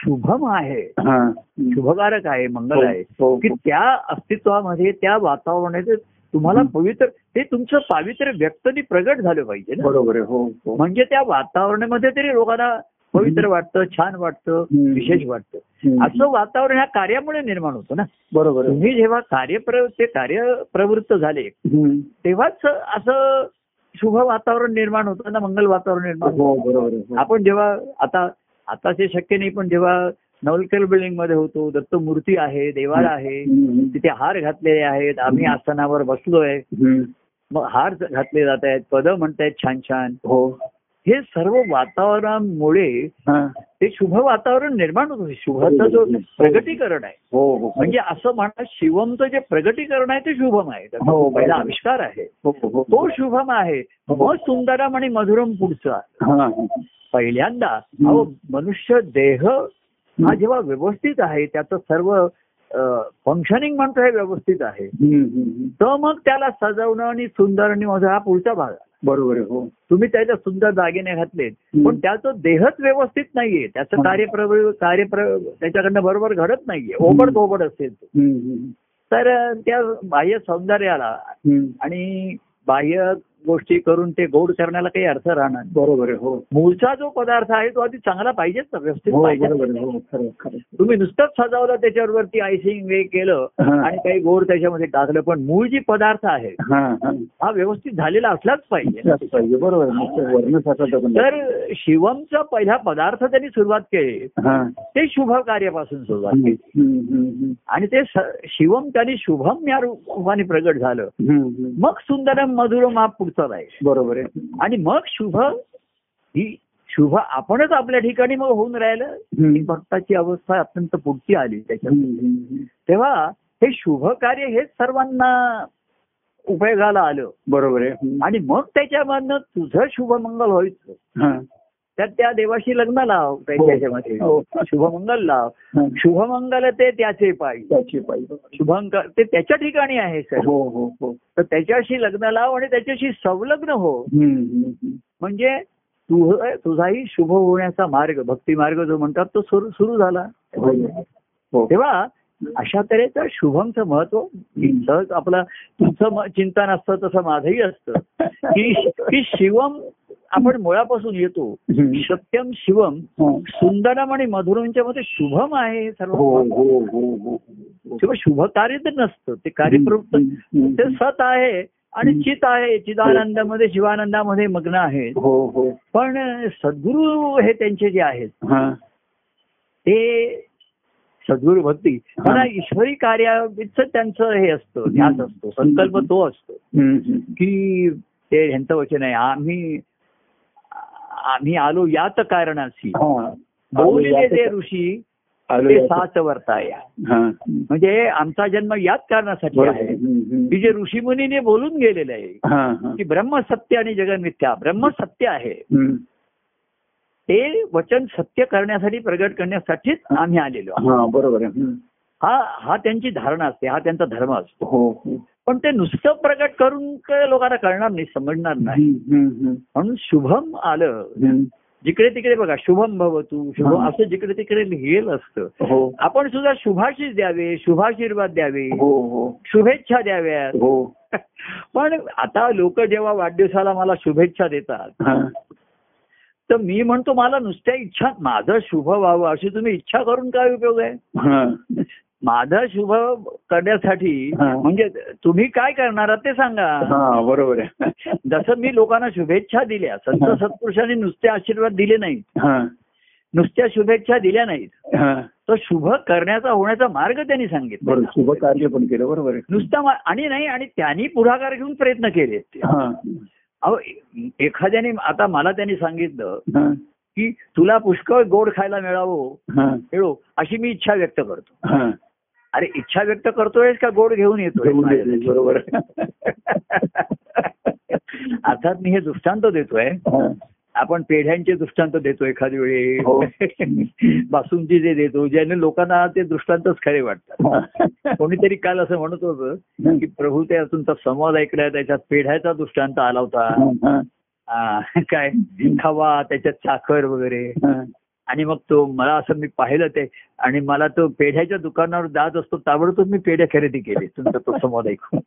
शुभम आहे
हा. 음.
그
뭐,
शुभकारक आहे मंगल आहे
हो, हो.
की त्या अस्तित्वामध्ये त्या वातावरणात तुम्हाला पवित्र ते तुमचं पावित्र्य व्यक्तनी प्रगट झालं पाहिजे ना
बरोबर आहे हो हो
म्हणजे त्या वातावरणामध्ये तरी लोकांना पवित्र वाटतं छान वाटतं
हम्म.
विशेष वाटतं
हम्म.
असं वातावरण ह्या कार्यामुळे निर्माण होतं ना
बरोबर आहे
तुम्ही जेव्हा कार्यप्र ते कार्यप्रवृत्त झाले
हम्म.
तेव्हाच असं शुभ वातावरण निर्माण होतं ना मंगल वातावरण निर्माण होतं.
हो बरोबर आहे हो.
आपण जेव्हा आता आता ते शक्य नाही पण जेव्हा नवलकर बिल्डिंग मध्ये होतो दत्त मूर्ती आहे देवाला आहे
हम्म.
तिथे हार घातलेले आहेत आम्ही आसनावर बसलोय
हम्म.
मग हार घातले जात आहेत पद म्हणतायत छान छान
हो
हे सर्व वातावरणामुळे
हा.
ते शुभ वातावरण निर्माण होत शुभाचं जो प्रगटीकरण आहे
हो हो
म्हणजे असं म्हणा शिवमचं जे प्रगटीकरण आहे ते शुभम आहे त्याचा
हो,
तो पहिला
बरोबर.
आविष्कार आहे
हो हो
तो शुभम आहे मग सुंदरम आणि मधुरम पुढचा
हा.
पहिल्यांदा अहो मनुष्य देह हा जेव्हा व्यवस्थित आहे त्याचं सर्व फंक्शनिंग म्हणतो हे व्यवस्थित आहे
हम्म, हम्म, हम्म.
तर मग त्याला सजवणं आणि सुंदर आणि मधुर हा पुढचा भाग आहे.
बरोबर आहे हो
तुम्ही त्याच्या सुंदर दागिने घातलेत पण त्याचं देहच व्यवस्थित नाहीये त्याचं
हं.
कार्यप्र कार्यप्र त्याच्याकडनं बरोबर घडत नाहीये ओबड धोबड असेल तो.
हम्म, हम्म,
तर अं, त्या बाह्य सौंदर्याला
हम्म.
आणि बाह्य गोष्टी करून ते गोड करण्याला काही अर्थ राहणार नाही.
बरोबर आहे हो
मूळचा जो पदार्थ आहे तो आधी चांगला पाहिजेच ना व्यवस्थित
हो
पाहिजे
बरोबर आहे हो खरं खरं
तुम्ही नुसतंच सजावलं त्याच्यावरती आयसिंग हे केलं
हा.
आणि काही गोड त्याच्यामध्ये टाकलं पण मूळ जी पदार्थ आहे
हा हा
हा व्यवस्थित झालेला असलाच पाहिजे
असं पाहिजे बरोबर आहे. नुसतं वर्ण साठवतं पण
तर शिवमचा पहिला पदार्थ त्यांनी सुरुवात केली
हा
ते शुभ कार्यापासून सुरुवात
हम्म,
केली
हम्म, हम्म,
आणि ते स- शिवम त्यांनी शुभम या रूपाने प्रगट झालं
हम्म, हम्म.
मग सुंदरम मधुरम हा पुढचा राहील
बरोबर आहे
आणि मग शुभ ही शुभ आपणच आपल्या ठिकाणी मग होऊन राहिलं ही
हम्म,
भक्ताची अवस्था अत्यंत पुढची आली त्याच्यात
हम्म, हम्म.
तेव्हा हे शुभ कार्य हे सर्वांना उपयोगाला आलं
बरोबर आहे हम्म.
आणि मग त्याच्यामधनं तुझं शुभमंगल व्हायचं
हा.
त्यात त्या देवाशी लग्न लाव त्याच्यामध्ये
हो.
शुभमंगल लाव
हा.
शुभमंगल ते त्याचे पायी
त्याची पाहिजे
शुभंकर ते त्याच्या ठिकाणी आहे सर
हो हो हो
तर त्याच्याशी लग्न लाव आणि त्याच्याशी संलग्न हो
हम्म, हम्म, हम्म.
म्हणजे तुझ तुझाही शुभ होण्याचा मार्ग भक्ती मार्ग जो म्हणतात तो सुरू सुरू झाला
हो हो.
तेव्हा अशा तऱ्हेचं शुभमचं महत्व सहज आपला तुमचं म- चिंतन असतं तसं माझंही असतं की की शिवम आपण मुळापासून येतो सत्यम शिवम
हो.
सुंदरम आणि मधुरमच्या मध्ये शुभम आहे हे सर्व
हो,
किंवा शुभ कार्य तर नसतं ते कार्यप्रवृत्त ते सत आहे आणि चित आहे चिदानंदामध्ये शिवानंदामध्ये मग्न आहे
हो हो
पण सद्गुरू हे त्यांचे जे आहेत
हा
ते सद्गुरू भक्ती त्यांना ईश्वरी कार्याच त्यांचं हे असतं ध्यास असतो संकल्प तो असतो
हम्म.
की ते ह्यांचं वचन आहे आम्ही आम्ही आलो यात कारणाशी
हा.
बोलले ते ऋषी
आलो
ते
यात.
साच वर्ताया
हा.
म्हणजे आमचा जन्म याच कारणासाठी
बरोबर.
आहे
हम्म, हम्म.
की जे ऋषीमुनीने बोलून गेलेलं आहे
हा, हा.
की ब्रह्म सत्य आणि जगमिथ्या ब्रह्म सत्य आहे
हम्म.
ते वचन सत्य करण्यासाठी प्रगट करण्यासाठीच आम्ही आलेलो आहोत.
हा बरोबर आहे हम्म.
हा हा त्यांची धारणा असते हा त्यांचा धर्म असतो
हो हो.
पण ते नुसतं प्रगट करून काय लोकांना कळणार नाही समजणार नाही
हम्म, हम्म,
म्हणून शुभम आलं
हम्म.
जिकडे तिकडे बघा शुभम भवतु शुभम
हा.
असं जिकडे तिकडे लिहिलं असतं
हो
आपण सुद्धा शुभाशीष द्यावे शुभाशीर्वाद द्यावे
हो हो
शुभेच्छा द्याव्यात
हो
पण आता लोक जेव्हा वाढदिवसाला मला शुभेच्छा देतात
हा.
तर मी म्हणतो मला नुसत्या इच्छा माझं शुभ व्हावं अशी तुम्ही इच्छा करून काय उपयोग आहे
हा.
माझं शुभ करण्यासाठी
हा.
म्हणजे तुम्ही काय करणार आहात ते सांगा
हा बरोबर आहे
जसं मी लोकांना शुभेच्छा दिल्या संत
हा.
सत्पुरुषांनी नुसते आशीर्वाद दिले नाहीत
हा
नुसत्या शुभेच्छा दिल्या नाहीत
हा
तर शुभ करण्याचा होण्याचा मार्ग त्यांनी सांगितला
बरोबर शुभ कार्य पण केलं बरोबर आहे
नुसता मा- आणि नाही आणि त्यांनी पुढाकार घेऊन प्रयत्न केले
हा
अहो ए- एखाद्याने आता मला त्यांनी सांगितलं
हा
की तुला पुष्कळ गोड खायला मिळावं
हा
मिळो अशी मी इच्छा व्यक्त करतो
हा
अरे इच्छा व्यक्त करतोय का गोड घेऊन येतोय
घेऊन येतोय, बरोबर आहे.
अर्थात मी हे दृष्टांत देतोय
हा.
आपण पेढ्यांचे दृष्टांत देतो एखादी
हो.
वेळी बासुंदी जे देतो ज्याने लोकांना ते दृष्टांतच खरे वाटतात
हा.
कोणीतरी काल असं म्हणत होतं की प्रभू त्या तुमचा संवाद ऐकलाय त्याच्यात पेढ्याचा दृष्टांत आला होता
हा, हा,
आ, काय खवा त्याच्यात साखर वगैरे
हा.
आणि मग तो मला असं मी पाहिलं ते आणि मला तो पेढ्याच्या दुकानावर जात असतो ताबडतोब मी पेढ्या खरेदी केली तुमचा तो संवाद ऐकून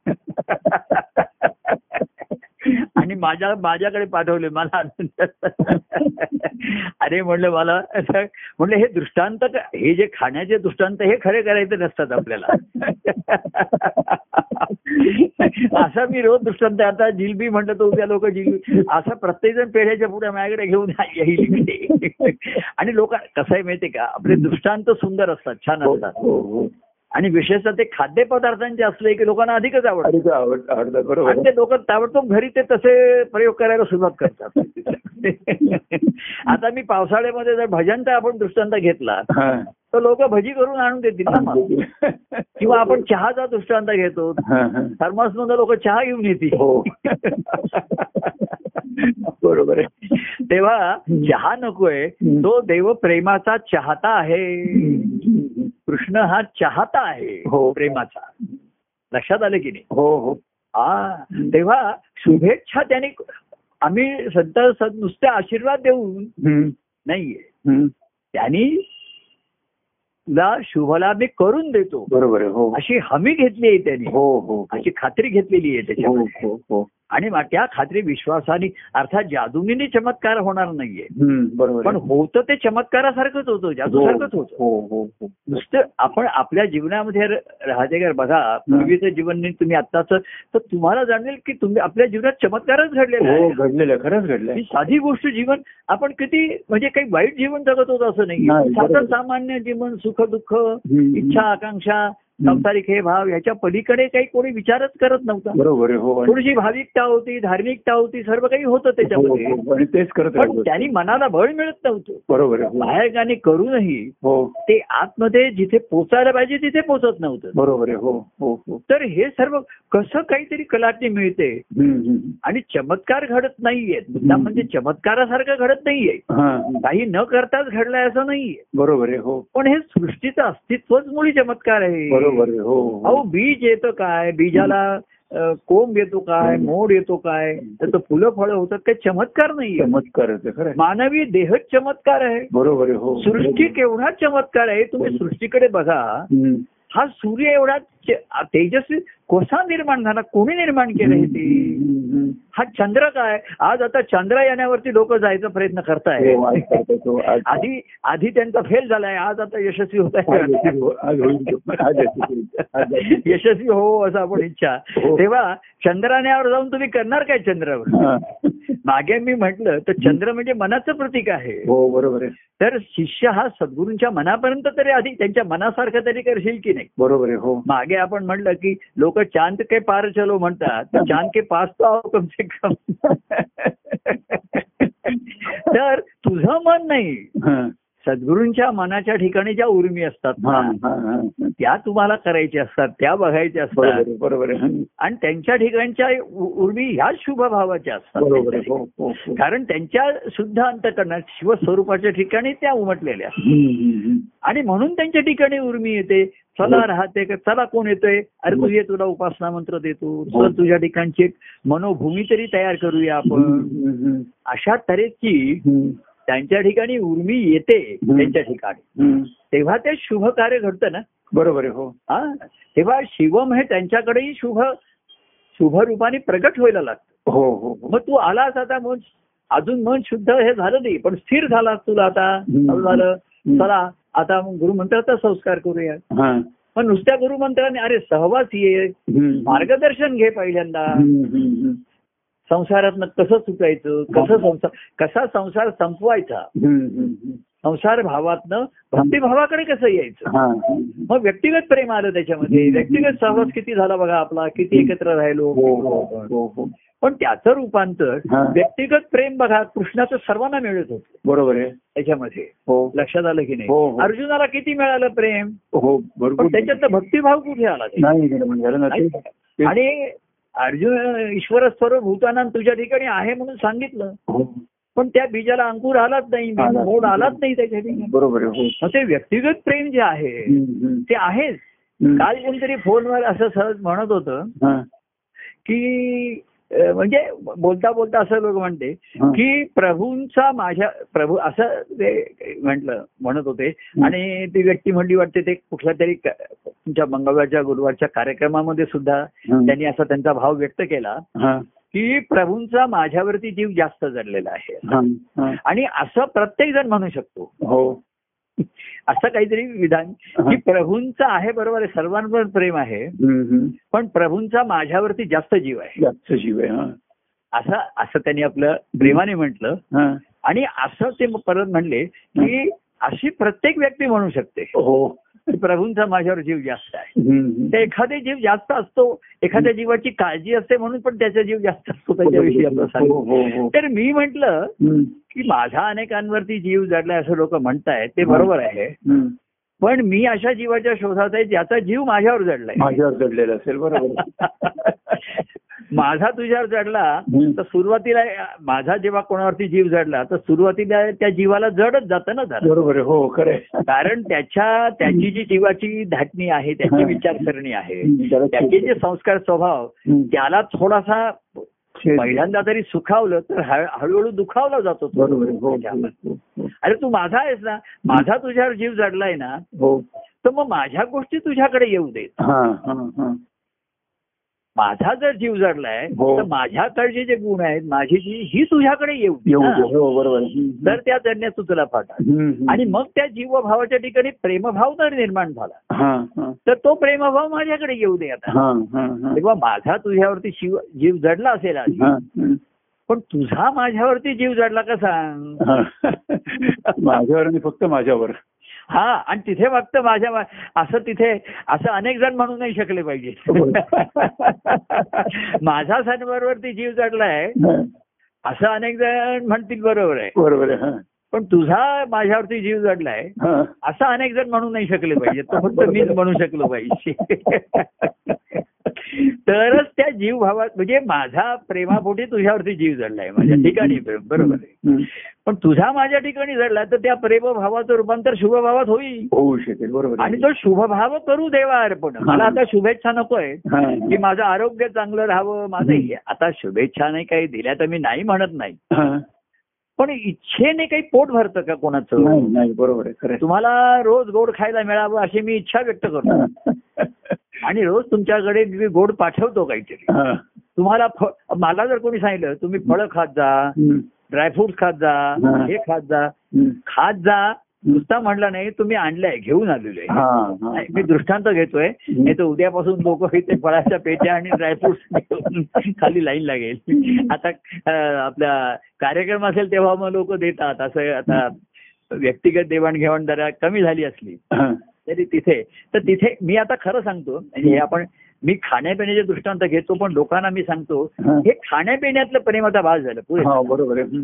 आणि माझ्या माझ्याकडे पाठवले मला आनंद अरे म्हणलं मला असं- म्हणलं हे दृष्टांत का- हे जे खाण्याचे दृष्टांत हे खरे करायचे नसतात आपल्याला असा मी रोज दृष्टांत आता जिलबी म्हणतो तो त्या लोक जिलबी असा प्रत्येक जण पेढ्याच्या पुढे माझ्याकडे घेऊन येईल इकडे. आणि लोक कसं आहे माहितीये का आपले दृष्टांत सुंदर असतात छान
हो,
असतात
हो, हो.
आणि विशेषतः ते खाद्यपदार्थांचे असले की लोकांना अधिकच आवडतात
अरे तो आवड- आवडतात बरोबर
आणि
आहे.
ते लोक ताबडतोब घरी ते तसे प्रयोग करायला सुरुवात करतात आता मी पावसाळ्यामध्ये जर भजनचा आपण दृष्टांत घेतला
हा.
तर लोक भजी करून आणून देतील ना मग. किंवा
हो,
आपण चहाचा दृष्टांत घेतो
हा, हा.
थर्मास मधून लोक चहा घेऊन येतील
हो बरोबर आहे
तेव्हा चहा नकोय तो देव प्रेमाचा चाहता आहे कृष्ण हा चाहता आहे
हो.
प्रेमाचा लक्षात आलं की नाही
हो हो
हा तेव्हा शुभेच्छा त्याने आम्ही संत सं- नुसते आशीर्वाद देऊन
हम्म,
नाहीये
हम्म.
त्यांनी ला शुभला मी करून देतो
बरोबर आहे हो
अशी हमी घेतली आहे त्यांनी
हो हो हो.
अशी खात्री घेतलेली आहे
हो
त्याच्यामध्ये
हो हो
आणि मग त्या खात्री विश्वासाने अर्थात जादूने चमत्कार होणार नाहीये
हम्म, बरोबर
पण
आहे.
होतं ते चमत्कारासारखंच होतं जादूसारखंच होतं
हो हो हो
नुसतं आपण आपल्या जीवनामध्ये र- राहते का बघा पूर्वीचं जीवन नाही तुम्ही आत्ताचं तर तुम्हाला जाणवेल की तुम्ही आपल्या जीवनात चमत्कारच घडलेला
हो
आहे
घडलेलं आहे, खरंच घडलं
ही साधी गोष्ट जीवन आपण किती म्हणजे काही वाईट जीवन जगत होतो असं
नाही,
नाही
बरोबर.
साधं सामान्य जीवन सुख दुःख इच्छा आकांक्षा सांसारिक हे भाव ह्याच्या पलीकडे काही कोणी विचारच करत नव्हता
बरोबर आहे हो आणि-
थोडीशी भाविकता होती धार्मिकता होती सर्व काही होतं त्याच्यामध्ये
हो, हो, आणि तेच करत
पण
राहिलो.
त्यांनी मनाला बळ मिळत नव्हतं
बरोबर आहे हो.
बाहेरगाने करूनही
हो
ते आतमध्ये जिथे पोचायला पाहिजे तिथे पोचत नव्हतं
बरोबर आहे हो हो हो
तर हे सर्व कसं काहीतरी कलाटणी मिळते
हम्म, हम्म.
आणि चमत्कार घडत नाहीयेत मुद्दा म्हणजे चमत्कारासारखं घडत नाहीये
हा, हा.
काही न करताच घडलाय असं नाहीये
बरोबर आहे हो
पण हे सृष्टीचं अस्तित्वच मुळी चमत्कार आहे
बरोबर आहे हो हो.
अहो बीज येतं काय बीजाला अ, कोंब येतो काय मोड येतो काय त्याचं फुलं फळं होतात काय चमत्कार नाहीये
चमत्कार आहे ते, खरं आहे.
मानवी देहच चमत्कार आहे
बरोबर आहे हो
सृष्टी केवढा चमत्कार आहे तुम्ही सृष्टीकडे बघा
हम्म.
हा सूर्य एवढा चे- तेजस्वी कसा निर्माण झाला कोणी निर्माण केलं हे ते हा चंद्र काय आज आता चंद्रयानावरती लोक जायचा प्रयत्न करताय
हो, आज करतो तो, आज-
आधी आधी त्यांचा फेल झालाय आज आता यशस्वी होत
आज
आहे
होईल तो, आज होईल तो, आज होईल तो, आज होईल तो.
यशस्वी हो असं आपण इच्छा
हो.
तेव्हा चंद्राण्यावर जाऊन तुम्ही करणार काय चंद्रावर
हा.
मागे मी म्हटलं तर चंद्र म्हणजे मनाचं प्रतीक आहे
हो बरोबर आहे
तर शिष्य हा सद्गुरूंच्या मनापर्यंत तरी आधी त्यांच्या मनासारखं तरी करशील की नाही
बरोबर आहे हो
मागे आपण म्हटलं की लोक चांद के पार चलो म्हणतात तर चांद के पास तो आओ कम से कम तर तुझं मन नाही
हा,
सद्गुरूंच्या मनाच्या ठिकाणी ज्या उर्मी असतात
हा,
ना
हा, हा.
त्या तुम्हाला करायच्या असतात त्या बघायच्या
बरोबर
असतात
आहे बरोबर आहे हं.
आणि त्यांच्या ठिकाणच्या उ- उर्मी ह्याच शुभ भावाच्या
बरोबर आहे
असतात
हो हो हो.
कारण त्यांच्या शुद्ध अंतकरणात शिवस्वरूपाच्या ठिकाणी त्या उमटलेल्या असतात.
हं, हं, हं.
आणि म्हणून त्यांच्या ठिकाणी उर्मी येते चला
हो.
राहते का चला कोण येतोय अरे
हो.
तुझे तुला उपासना मंत्र देतो
हो.
चल तुझ्या ठिकाणची एक मनोभूमी तरी तयार करूया आपण
हं, हं,
अशा तऱ्हेची
हं.
त्यांच्या ठिकाणी उर्मी येते
हं.
त्यांच्या ठिकाणी
हं.
तेव्हा ते शुभ कार्य घडतं ना
बरोबर आहे हो
हा तेव्हा शिवम हे त्यांच्याकडेही शुभ शुभ रूपाने प्रगट व्हायला लागतं
हो हो हो.
मग तू आलास आता मन अजून मन शुद्ध हे झालं नाही पण स्थिर झालास तुला आता
हं.
चालू झालं
हं.
चला आता मग गुरुमंत्राचा संस्कार करूया
हा.
पण नुसत्या गुरुमंत्राने अरे सहवास ये
हं.
मार्गदर्शन घे पहिल्यांदा
हं, हं, हं.
संसारातनं कसं सुटायचं कसं संसार कसा संसार संपवायचा
हं, हं, हं.
संसार भावातनं भक्तिभावाकडे कसं यायचं
हा, हं.
मग व्यक्तिगत प्रेम आलं त्याच्यामध्ये व्यक्तिगत सहवास किती झाला बघा आपला किती एकत्र राहिलो
हो हो हो हो
पण त्याचं रूपांतर
हा.
व्यक्तिगत प्रेम बघा कृष्णाचं सर्वांना मिळत होतं
बरोबर आहे
त्याच्यामध्ये
हो
लक्षात आलं की
हो,
नाही
हो.
अर्जुनाला किती मिळालं प्रेम
हो भरपूर
पण त्याच्यातनं भक्तिभाव कुठे आला ते?
नाही निर्माण झालं ना ते. ते-
आणि अर्जुन ईश्वर सर्व भूताना तुझ्या ठिकाणी आहे म्हणून सांगितलं
हो.
पण त्या बीजाला अंकुर आलाच नाही
आलाच नाही.
मोड आलाच नाही त्याच्या ठिकाणी
बरोबर आहे हो
मग ते व्यक्तिगत प्रेम जे आहे
हं, हं.
ते आहेच
हं.
काल कोणतरी फोनवर असं सहज म्हणत होतं
हा,
की अं, म्हणजे बोलता बोलता असं लोक म्हणते
हा.
की प्रभूंचा माझ्या प्रभू असं ते म्हटलं म्हणत होते आणि ती व्यक्ती म्हणली वाटते ते कुठल्या तरी क- तुमच्या मंगळवारच्या गुरुवारच्या कार्यक्रमामध्ये सुद्धा
हं.
त्यांनी असा त्यांचा भाव व्यक्त केला
हा,
की प्रभूंचा माझ्यावरती जीव जास्त जडलेला आहे
हा, हा.
आणि असं प्रत्येक जण म्हणू शकतो
हो
असं काहीतरी विधान की प्रभूंचं आहे बरोबर आहे सर्वांवर प्रेम आहे
हं, हं.
पण प्रभूंचा माझ्यावरती जास्त जीव आहे
जास्त जीव आहे हा.
असं असं त्यांनी आपलं प्रेमाने म्हटलं
हा.
आणि असं ते मग परत म्हणले की अशी प्रत्येक व्यक्ती म्हणू शकते
हो
की प्रभूंचा माझ्यावर जीव जास्त आहे
हं, हं.
तर एखादे जीव जास्त असतो एखाद्या जीवाची काळजी असते म्हणून पण त्याचा जीव जास्त असतो त्याच्याविषयी आपण
हो, हो,
सांगतो
हो.
तर मी म्हटलं
हं,
की माझा अनेकांवरती जीव जडलाय असं लोक म्हणतायत ते बरोबर आहे
हं.
पण मी अशा जीवाच्या शोधात आहे ज्याचा जीव माझ्यावर जडलाय
माझ्यावर चढलेलं असेल बरोबर आहे.
माझा तुझ्यावर जडला
हं.
तर सुरुवातीला माझा जेव्हा कोणावरती जीव जडला तर सुरुवातीला त्या जीवाला जडच जातं ना जरा
बरोबर आहे हो खरं आहे.
कारण त्याच्या त्याची जी जीवाची धाटणी आहे त्याची
हं.
विचारसरणी आहे
हं, त्याला
त्याचे जे संस्कार स्वभाव
हं.
त्याला थोडासा
छेद.
पहिल्यांदा तरी सुखावलं तर हळ- हळूहळू दुखावला जातो तो.
बरोबर आहे. हो, हो,
त्याच्यामध्ये.
हो, हो.
अरे तू माझा आहेस ना माझा तुझ्यावर जीव जडलाय ना
हो
तर मग माझ्या गोष्टी तुझ्याकडे येऊ देत
हा हा हा
माझा जर जीव जडलाय
हो.
तर माझ्याकडचे जे गुण आहेत माझी जी ही तुझ्याकडे येऊ देत
येऊ दे.
ना.
हो बरोबर आहे. हं.
तर त्या जडण्यास तू तुला पाठव
हं, हं.
आणि मग त्या जीवभावाच्या ठिकाणी प्रेमभाव जर निर्माण झाला
हा हा
तर तो प्रेमभाव माझ्याकडे येऊ दे आता
हा हा हा
तेव्हा माझा तुझ्यावरती शिव जीव जडला असेल आधी
हा, हा.
पण तुझा माझ्यावरती जीव जडला का सांग
हा. माझ्यावर आणि फक्त माझ्यावर
हा आणि तिथे फक्त माझ्या मा- असं तिथे असं अनेक जण म्हणू नाही शकले
हो.
पाहिजे माझा सणवारवरती जीव जडलाय असं अनेक जण म्हणतील बरोबर आहे
बरोबर आहे. हा.
पण तुझा माझ्यावरती जीव जडलाय
हा.
असं अनेक जण म्हणू नाही शकले पाहिजे तो फक्त मीच म्हणू शकलो पाहिजे तरच त्या जीव भावात म्हणजे माझा प्रेमापोटी तुझ्यावरती जीव जडलाय माझ्या ठिकाणी प्रेम बरोबर आहे
हं.
पण तुझा माझ्या ठिकाणी जडला तर त्या प्रेमभावाचं रूपांतर शुभभावात होईल
होऊ शकेल बरोबर आहे.
आणि तो शुभभाव करू देवा अर्पण मला आता शुभेच्छा नकोय
हा,
की माझं आरोग्य चांगलं राहावं माझं हे- आता शुभेच्छा नाही काही दिल्या तर मी नाही म्हणत नाही
हा.
पण इच्छेने काही पोट भरतं का कोणाचं
नाही नाही बरोबर आहे खरं
तुम्हाला रोज गोड खायला मिळावं अशी मी इच्छा व्यक्त करतो आणि रोज तुमच्याकडे मी गोड पाठवतो काहीतरी तुम्हाला फ- मला जर कोणी सांगितलं तुम्ही फळं खात जा ड्रायफ्रुट्स खात जा
हा.
हे खात जा खात जा नुसता म्हणला नाही तुम्ही आणलंय घेऊन आलेले नाही, मी दृष्टांत घेतोय नाही तर उद्यापासून लोक इथे फळाच्या पेट्या आणि ड्रायफ्रुट्स घेऊन खाली लाईन लागेल आता अं, आपला कार्यक्रम असेल तेव्हा मग लोक देतात असं आता व्यक्तिगत देवाणघेवाण जरा कमी झाली असली तरी तिथे तर तिथे मी आता खरं सांगतो म्हणजे हे आपण मी खाण्यापिण्याचे दृष्टांत घेतो पण लोकांना मी सांगतो हे खाण्यापिण्यातलं प्रेम आता बाद झालं पुरे
हा बरोबर आहे हं.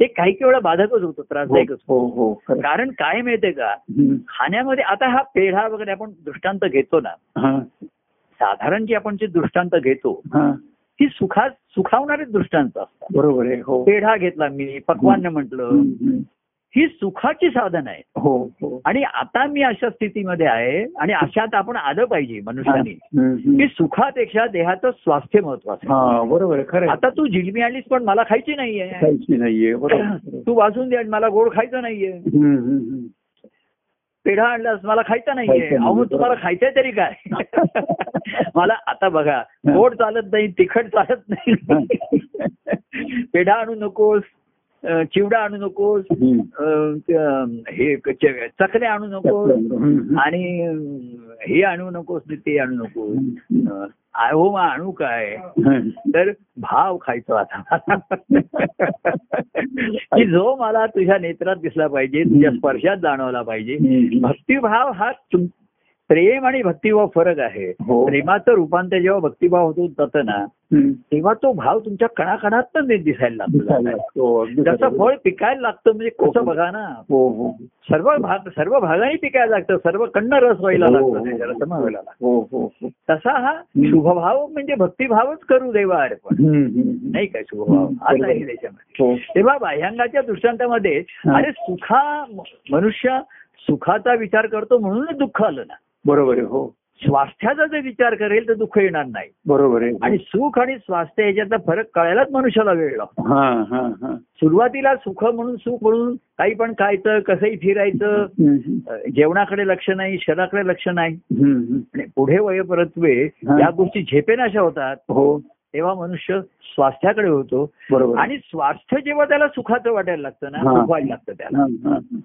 ते काही काही वेळा बाधकच होतं त्रासदायकच
हो हो खरं आहे.
कारण काय माहितीये का
हं.
खाण्यामध्ये आता हा पेढा वगैरे आपण दृष्टांत घेतो ना
हा,
साधारण जे आपण जे दृष्टांत घेतो
हा.
ती सुखा सुखावणारे दृष्टांत असतात
बरोबर आहे हो
पेढा घेतला मी पकवान म्हटलं
हं, हं.
ही सुखाची साधन आहे
हो हो
आणि आता मी अशा स्थितीमध्ये आहे आणि अशात आपण आलं पाहिजे मनुष्याने
हं, हं.
की म्हणजे सुखापेक्षा देहाचं स्वास्थ्य महत्वाचं
हा बरोबर आहे खरं
आहे
आहे.
आता तू जिलबी आणलीस पण मला खायची नाहीये
काहीच नाहीये बरोबर आहे.
तू वाजून दे आणि मला गोड खायचं नाहीये
हं, हं, हं.
पेढा आणलास मला खायचा नाहीये
खायचा नाही,
अहो तुम्हाला खायचंय तरी काय मला आता बघा गोड चालत नाही तिखट चालत नाही पेढा आणू नकोस अं, चिवडा आणू नकोस
हं.
अं, ते, अं, हे क- चे- चकल्या आणू नकोस
हं, हं.
आणि अं, हे आणू नकोस आणि ते आणू नकोस अं, अहो मग आणू काय
हं.
तर भाव खायचो आता की जो मला तुझ्या नेत्रात दिसला पाहिजे तुझ्या स्पर्शात जाणवला पाहिजे
हं.
भक्तिभाव हा तुम- प्रेम आणि भक्तिभाव फरक आहे
हो.
प्रेमाचं रूपांतर जेव्हा भक्तिभाव होतो जातं ना
हं.
तेव्हा तो भाव तुमच्या कणाकणात दिसायला
दिसायला.
लागतो
हो, अगदी
त्याचं
खरं.
फळ पिकायला लागतं म्हणजे कसं बघा ना
हो हो
सर्व भाग सर्व भागाने पिकायला लागतं सर्व कडनं रस व्हायला
हो,
लागतो
हो,
त्याच्या
हो.
रसमावायला लागतं.
हो हो हो
तसा हा शुभभाव म्हणजे भक्तिभावच करू देवा अर्पण
हं, हं, हं.
नाही काय शुभभाव
बरोबर.
आता आहे त्याच्यामध्ये
हो
तेव्हा बाह्यांगाच्या दृष्टांतामध्ये
हा.
अरे सुखा मनुष्य सुखाचा विचार करतो म्हणूनच दुःख आलं ना
बरोबर आहे हो
स्वास्थ्याचा जर विचार करेल तर दुःख येणार नाही
बरोबर आहे
आणि सुख आणि स्वास्थ्य याच्यातला फरक कळायलाच मनुष्याला वेळ लागतो
हा हा हा
सुरुवातीला सुख म्हणून सुख म्हणून काही पण खायचं कसंही फिरायचं
हं, हं.
अं, जेवणाकडे लक्ष नाही शरीराकडे लक्ष नाही
हं, हं.
आणि पुढे वयपरत्वे
हा.
या गोष्टी झेपेनाशा होतात
हो
तेव्हा मनुष्य स्वास्थ्याकडे होतो
बरोबर आहे.
आणि स्वास्थ्य जेव्हा त्याला सुखाचं वाटायला लागतं ना
हा.
सुख व्हायला लागतं त्याला
हं, हं, हं.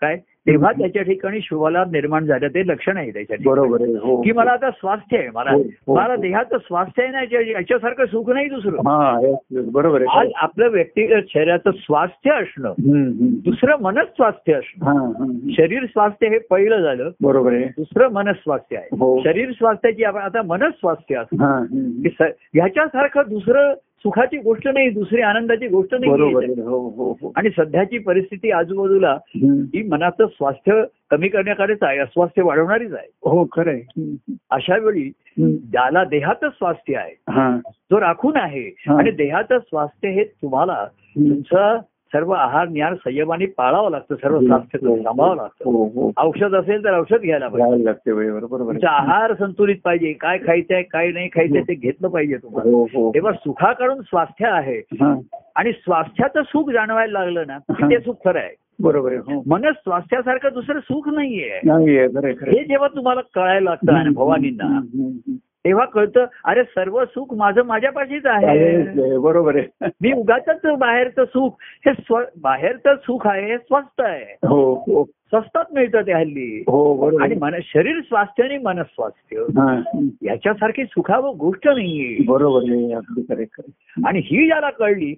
काय तेव्हा त्याच्या ठिकाणी शुभालाभ निर्माण झालं ते लक्षण आहे त्याच्या ठिकाणी.
बरोबर आहे हो
की मला आता स्वास्थ्य आहे मला
हो, हो.
मला देहाचं स्वास्थ्य आहे ना याच्या- याच्यासारखं सुख नाही दुसरं
हा yes, बरोबर आहे
आज आपलं व्यक्तिगत शरीराचं स्वास्थ्य असणं
हं, हं.
दुसरं मनस्वास्थ्य असणं
हा, हा, हा.
शरीर स्वास्थ्य हे पहिलं झालं
बरोबर आहे
दुसरं मनस्वास्थ्य
हो.
आहे शरीर स्वास्थ्याची आपण आता मनस्वास्थ्य असणं
हा, हं,
की स- ह्याच्यासारखं दुसरं सुखाची गोष्ट नाही दुसरी आनंदाची गोष्ट
हं. बरोबर
नाही
आहे हो हो हो
आणि सध्याची परिस्थिती आजूबाजूला
हं.
ही मनाचं स्वास्थ्य कमी करण्याकडेच आहे अस्वास्थ्य वाढवणारीच आहे
हो खरं आहे हं,
अशा वेळी
हं.
ज्याला देहातच स्वास्थ्य आहे
हा
जो राखून आहे
हा.
आणि देहाचं स्वास्थ्य हे तुम्हाला
हं.
तुमचं सर्व आहार निहार संयमाने पाळावं लागतं सर्व स्वास्थ्य सांभाळावं लागतं
हो हो
औषध असेल तर औषध घ्यायला पाहिजे
घ्यायला लागते वेळेवर बरोबर
तुमचा
आहे.
आहार संतुलित पाहिजे काय खायचंय काय नाही खायचंय ते घेतलं पाहिजे तुम्हाला
हो हो
तेव्हा सुखाकडून स्वास्थ्य आहे
हा
आणि स्वास्थ्याचं सुख जाणवायला लागलं ना की
हा.
ते सुख खरं आहे
बरोबर आहे हो
मन स्वास्थ्यासारखं दुसरं सुख नाहीये
नाही आहे, खरं आहे, खरं आहे.
हे जेव्हा तुम्हाला कळायला लागतं अनुभवानींना
हं, हं,
तेव्हा कळतं अरे सर्व सुख माझं माझ्यापाशीच
हं.
आहे
आहे, बरोबर आहे
मी उगाच बाहेरचं सुख हे स्व बाहेरचं सुख आहे हे स्वस्त आहे
हो हो
स्वस्तात मिळतं ते हल्ली
हो बरोबर
आणि
आहे.
मन शरीर स्वास्थ्य आणि मनस्वास्थ्य
हा, हं.
याच्यासारखी सुखावं गोष्ट नाहीये
बरोबर आहे अगदी खरे खरे
आणि ही ज्याला कळली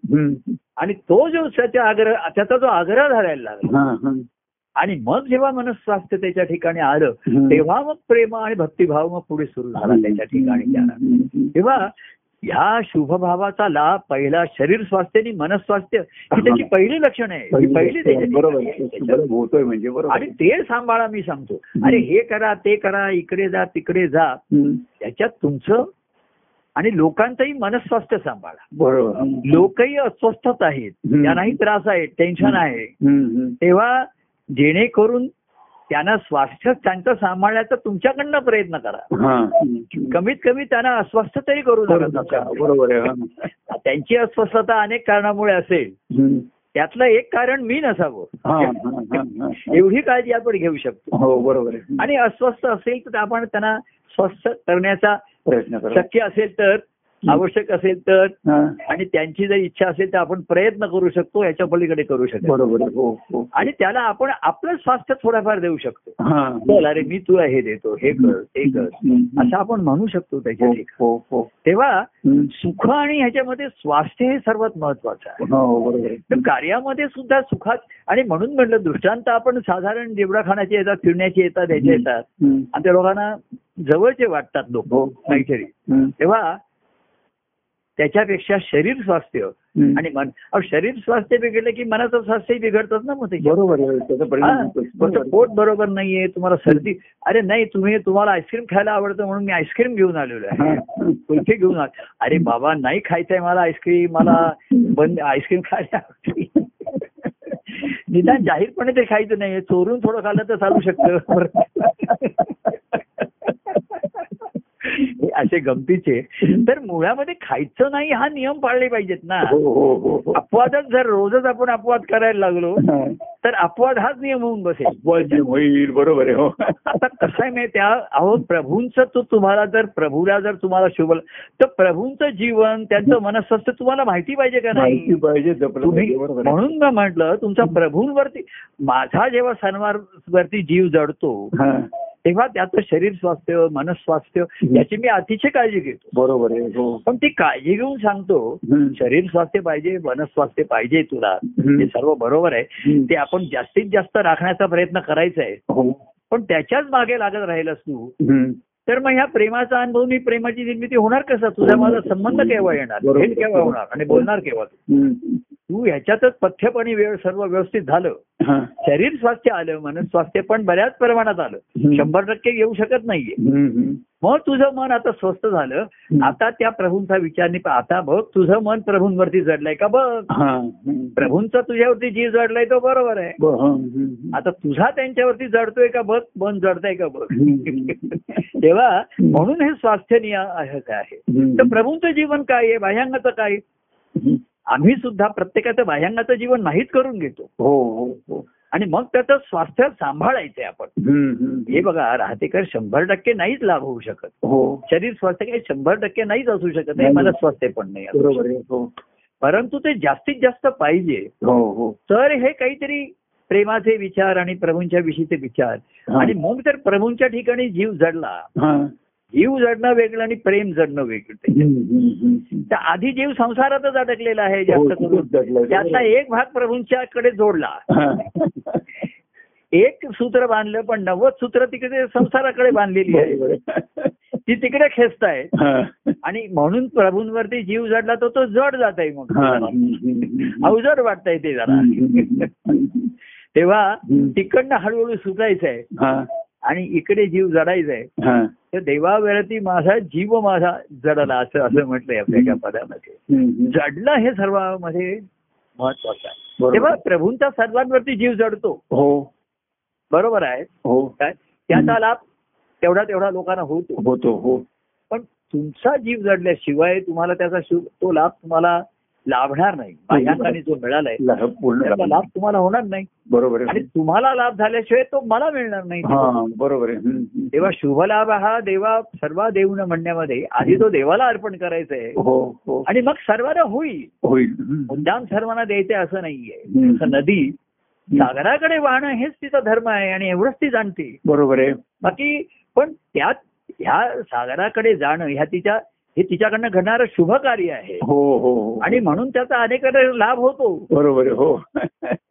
आणि तो जो त्याच्या आग्रह त्याचा जो आग्रह धरायला लागला
हा हा
आणि मग जेव्हा मनस्वास्थ्य त्याच्या ठिकाणी आलं
हं.
तेव्हा मग प्रेम आणि भक्तिभाव मग पुढे सुरू झाला त्याच्या ठिकाणी त्याला तेव्हा ह्या शुभभावाचा लाभ पहिला शरीर स्वास्थ्य आणि मनस्वास्थ्य ही त्याची पहिली लक्षण आहे ही पहिली त्याची
बरोबर
लक्षणं
आहे.
आहेत त्याच्यात.
बरोबर होतोय म्हणजे बरोबर
आणि ते सांभाळा मी सांगतो अरे हे करा ते करा इकडे जा तिकडे जा
हं.
त्याच्यात तुमचं आणि लोकांचंही मनस्वास्थ्य सांभाळा
बरोबर
लोकही अस्वस्थच आहेत
हं.
त्यांनाही त्रास आहे टेन्शन आहे
हं, हं.
तेव्हा जेणेकरून त्यांना स्वास्थ्य त्यांचं सांभाळण्याचा तुमच्याकडनं प्रयत्न करा
हा.
कमीत कमी त्यांना अस्वस्थ तरी करू
करू नका.
नका
बरोबर आहे हा.
त्यांची अस्वस्थता अनेक कारणामुळे असेल
हं.
त्यातलं एक कारण मी
हा,
नसावं
हा, हा, हा, हा.
एवढी काळजी आपण घेऊ शकतो
हो बरोबर आहे
आणि अस्वस्थ असेल तर आपण त्यांना स्वस्थ करण्याचा
प्रयत्न करा
शक्य असेल तर आवश्यक असेल तर
हा,
आणि त्यांची जर इच्छा असेल तर आपण प्रयत्न करू शकतो याच्या पलीकडे करू शकतो
बरोबर आहे हो हो
आणि त्याला आपण आपलं स्वास्थ्य थोडाफार देऊ शकतो
हा
चल अरे मी तुला हे देतो हे कर हे कर
हम्म.
असं आपण म्हणू शकतो त्याच्या
हो,
ठिकाणी.
हो हो
तेव्हा
हम्म.
सुख आणि ह्याच्यामध्ये स्वास्थ्य हे सर्वात महत्वाचं आहे
हो हो, बरोबर आहे
तर कार्यामध्ये सुद्धा सुखात आणि म्हणून म्हटलं दृष्टांत आपण साधारण जेवढा खाण्याचे येतात फिरण्याचे येतात याचे येतात
हम्म.
आणि त्या लोकांना जवळचे वाटतात लोक
हो.
काहीतरी
हम्म.
तेव्हा त्याच्यापेक्षा शरीर स्वास्थ्य
हम्म.
आणि मन अहो, शरीर स्वास्थ्य बिघडलं की मनाचं स्वास्थ्य बिघडतात ना मग त्याच्यात.
बरोबर आहे त्याचा परिणाम
हा,
होतो.
तुमचं पोट बरोबर नाहीये तुम्हाला सर्दी अरे नाही तुम्ही तुम्हाला आईस्क्रीम खायला आवडतं म्हणून मी आईस्क्रीम घेऊन आलेलो
हा.
आहे कुल्फी घेऊन आलो अरे बाबा नाही खायचंय मला आईस्क्रीम मला बंद आईस्क्रीम खायला आवडते. निदान जाहीरपणे ते खायचं नाही चोरून थोडं खाल्लं तर चालू शकतं हे असे गमतीचे तर मुळामध्ये खायचं नाही हा नियम पाळले पाहिजेत ना
हो हो हो हो
अपवादच जर रोजच आपण अपवाद करायला लागलो
हा.
तर अपवाद हाच नियम होऊन बसेल
अपवाद जे होईल बरोबर आहे हो
आता कसं आहे माहिती आहे? अहो प्रभूंचं तो तुम्हाला जर प्रभूला जर तुम्हाला शोभल तर प्रभूंचं जीवन त्यांचं मनस्वस्थ तुम्हाला माहिती पाहिजे का
माहिती
नाही
पाहिजे जपलं
तुम्ही
पाहिजे, बरोबर आहे.
म्हणून मी म्हटलं तुमचा प्रभूंवरती माझा जेव्हा सन्मार वरती जीव जडतो
हा.
तेव्हा त्याचं शरीर स्वास्थ्य मनस्वास्थ्य याची मी अतिशय काळजी घेतो
बरोबर आहे हो
पण ती काळजी घेऊन सांगतो
हम्म.
शरीर स्वास्थ्य पाहिजे मनस्वास्थ्य पाहिजे तुला
हम्म.
हे सर्व बरोबर आहे
हम्म.
ते आपण जास्तीत जास्त राखण्याचा प्रयत्न करायचा आहे
हो
पण त्याच्याच मागे लागत राहिलास तू
हम्म.
तर मग ह्या प्रेमाचा अनुभव मी प्रेमाची निर्मिती होणार कसा तुझा माझा संबंध केव्हा येणार
बरोबर.
भेट केव्हा होणार आणि बोलणार केव्हा तू?
हम्म.
तू ह्याच्यातच पथ्यप आणि वेळ सर्व व्यवस्थित झालं
हा.
शरीर स्वास्थ्य आलं मन स्वास्थ्य पण बऱ्याच प्रमाणात आलं
हम्म.
शंभर टक्के येऊ शकत नाहीये
हम्म. हम्म.
मग तुझं मन आता स्वस्त झालं आता त्या प्रभूंचा विचार नाही पण आता बघ तुझं मन प्रभूंवरती जडलंय का बघ
हा. हम्म.
प्रभूंचा तुझ्यावरती जीव जडलाय तो बरोबर आहे
ब- हा. हम्म.
आता तुझा त्यांच्यावरती जडतोय का बघ मन जडतंय का बघ
हम्म.
तेव्हा म्हणून हे स्वास्थ्य नियम आहे
हम्म.
तर प्रभूंचं जीवन काय आहे बाह्यांगाचं काय आहे?
हम्म.
आम्ही सुद्धा प्रत्येकाचं बाह्यांगाचं जीवन माहीत करून घेतो
हो हो हो
आणि मग त्याचं स्वास्थ्य सांभाळायचंय आपण
हम्म. हम्म.
हे बघा राहतेकर शंभर टक्के नाहीच लाभ होऊ शकत
हो
शरीर स्वास्थ्य काही शंभर टक्के नाहीच असू शकत नाही मला स्वास्थ्य पण नाही असू शकत.
बरोबर आहे हो
परंतु ते जास्तीत जास्त पाहिजे
हो हो
तर हे काहीतरी प्रेमाचे विचार आणि प्रभूंच्या विषयीचे विचार
हा.
आणि मग तर प्रभूंच्या ठिकाणी जीव जडला
हा.
जीव जडणं वेगळं आणि प्रेम जडणं वेगळं
हम्म. हम्म. हम्म.
तर आधी जीव संसारातच अडकलेला आहे
हो,
जास्त
खूप
करून
जडलंय.
त्याचा एक भाग प्रभूंच्याकडे जोडला
हा.
एक सूत्र बांधलं पण नव्वद सूत्र तिकडे संसाराकडे बांधलेली आहे
बरोबर आहे.
ती तिकडे खेचताय
हा.
आणि म्हणून प्रभूंवरती जीव जडला तर तो जड जात आहे
हा.
मग
हम्म.
अवजड वाटतंय ते जरा
हम्म.
तेव्हा
हम्म.
तिकडनं हळूहळू सुटायचं आहे
हा.
आणि इकडे जीव जडायचा आहे
हा.
तर देवावरती माझा जीव माझा जडला असं असं म्हटलंय आपल्या एका पदामध्ये
हम्म.
जडलं हे सर्वांमध्ये महत्वाचं आहे तेव्हा
बरोबर
प्रभूंचा सर्वांवरती जीव जडतो
हो
बरोबर आहे
हो
काय त्याचा लाभ तेवढा तेवढा लोकांना होतो
होतो हो
पण तुमचा जीव जडल्याशिवाय तुम्हाला त्याचा शिव तो लाभ तुम्हाला लाभणार नाही
हो,
बाह्यांकाने जो मिळालाय
लाभ पूर्ण
त्याचा
लाभ.
लाभ तुम्हाला होणार नाही
बरोबर
आणि
आहे
तुम्हाला लाभ झाल्याशिवाय तो मला मिळणार नाही
हा बरोबर आहे हम्म.
तेव्हा शुभलाभ हा देवा सर्व देऊन म्हणण्यामध्ये आधी तो देवाला अर्पण करायचा आहे
हो हो
आणि मग सर्वांना होईल
होईल हम्म.
मुद्दाम सर्वांना द्यायचे असं नाहीये
हम्म.
जसं नदी सागराकडे वाहणं हेच तिचा धर्म आहे आणि एवढंच ती जाणते
बरोबर आहे
बाकी पण त्यात ह्या सागराकडे जाणं ह्या तिच्या हे तिच्याकडनं घडणारं शुभ कार्य आहे
हो हो हो.
आणि म्हणून त्याचा अनेकांना लाभ होतो
बरोबर आहे हो